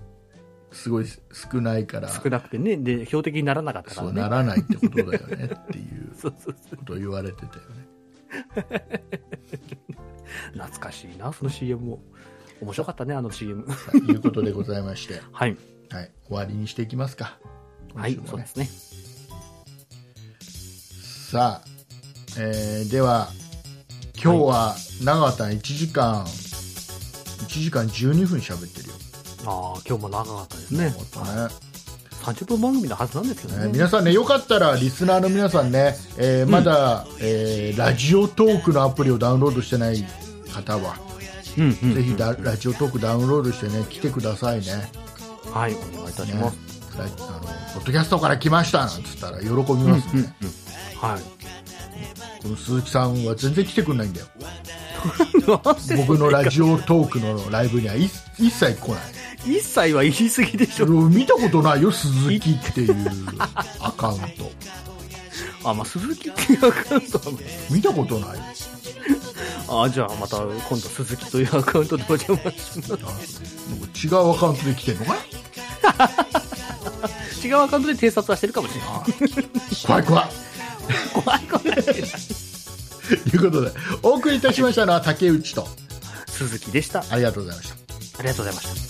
すごい少ないから、少なくてね。 で、標的にならなかったかそらうなね。らないってことだよねっていう そうそうそことを言われてたよね。う。懐かしいな、その CM も。面白かったね、あの CM。ということでございまして、はい。はい、終わりにしていきますか。今はい週、もねそうですね。さあ、えーでは今日は長田1時間、1時間12分喋ってるよ。ああ、今日も長かったですね。思ったね30分番組のはずなんですけどねね。皆さんねよかったらリスナーの皆さんね、えーまだ、えーラジオトークのアプリをダウンロードしてない方は、うんうんうんぜひだラジオトークダウンロードしてね来てくださいねはい、お願いいたしねます。ラジあのポッドキャストから来ましたなんつったら喜びますね、はい。この鈴木さんは全然来てくんないんだよなんで僕のラジオトークのライブには一一切来ない一切は言い過ぎでしそょ。 れを見たことないよ鈴木っていうアカウントあ、まあ、鈴木っていうアカウントはね見たことないあじゃあまた今度鈴木というアカウントでお邪魔しまあ違うアカウントで来てるのかなす違うアカウントで偵察はしてるかもしれない怖い怖い怖い怖いということでお送りいたしましたのは竹内と鈴木でしたあありがとうございましたりがとうございました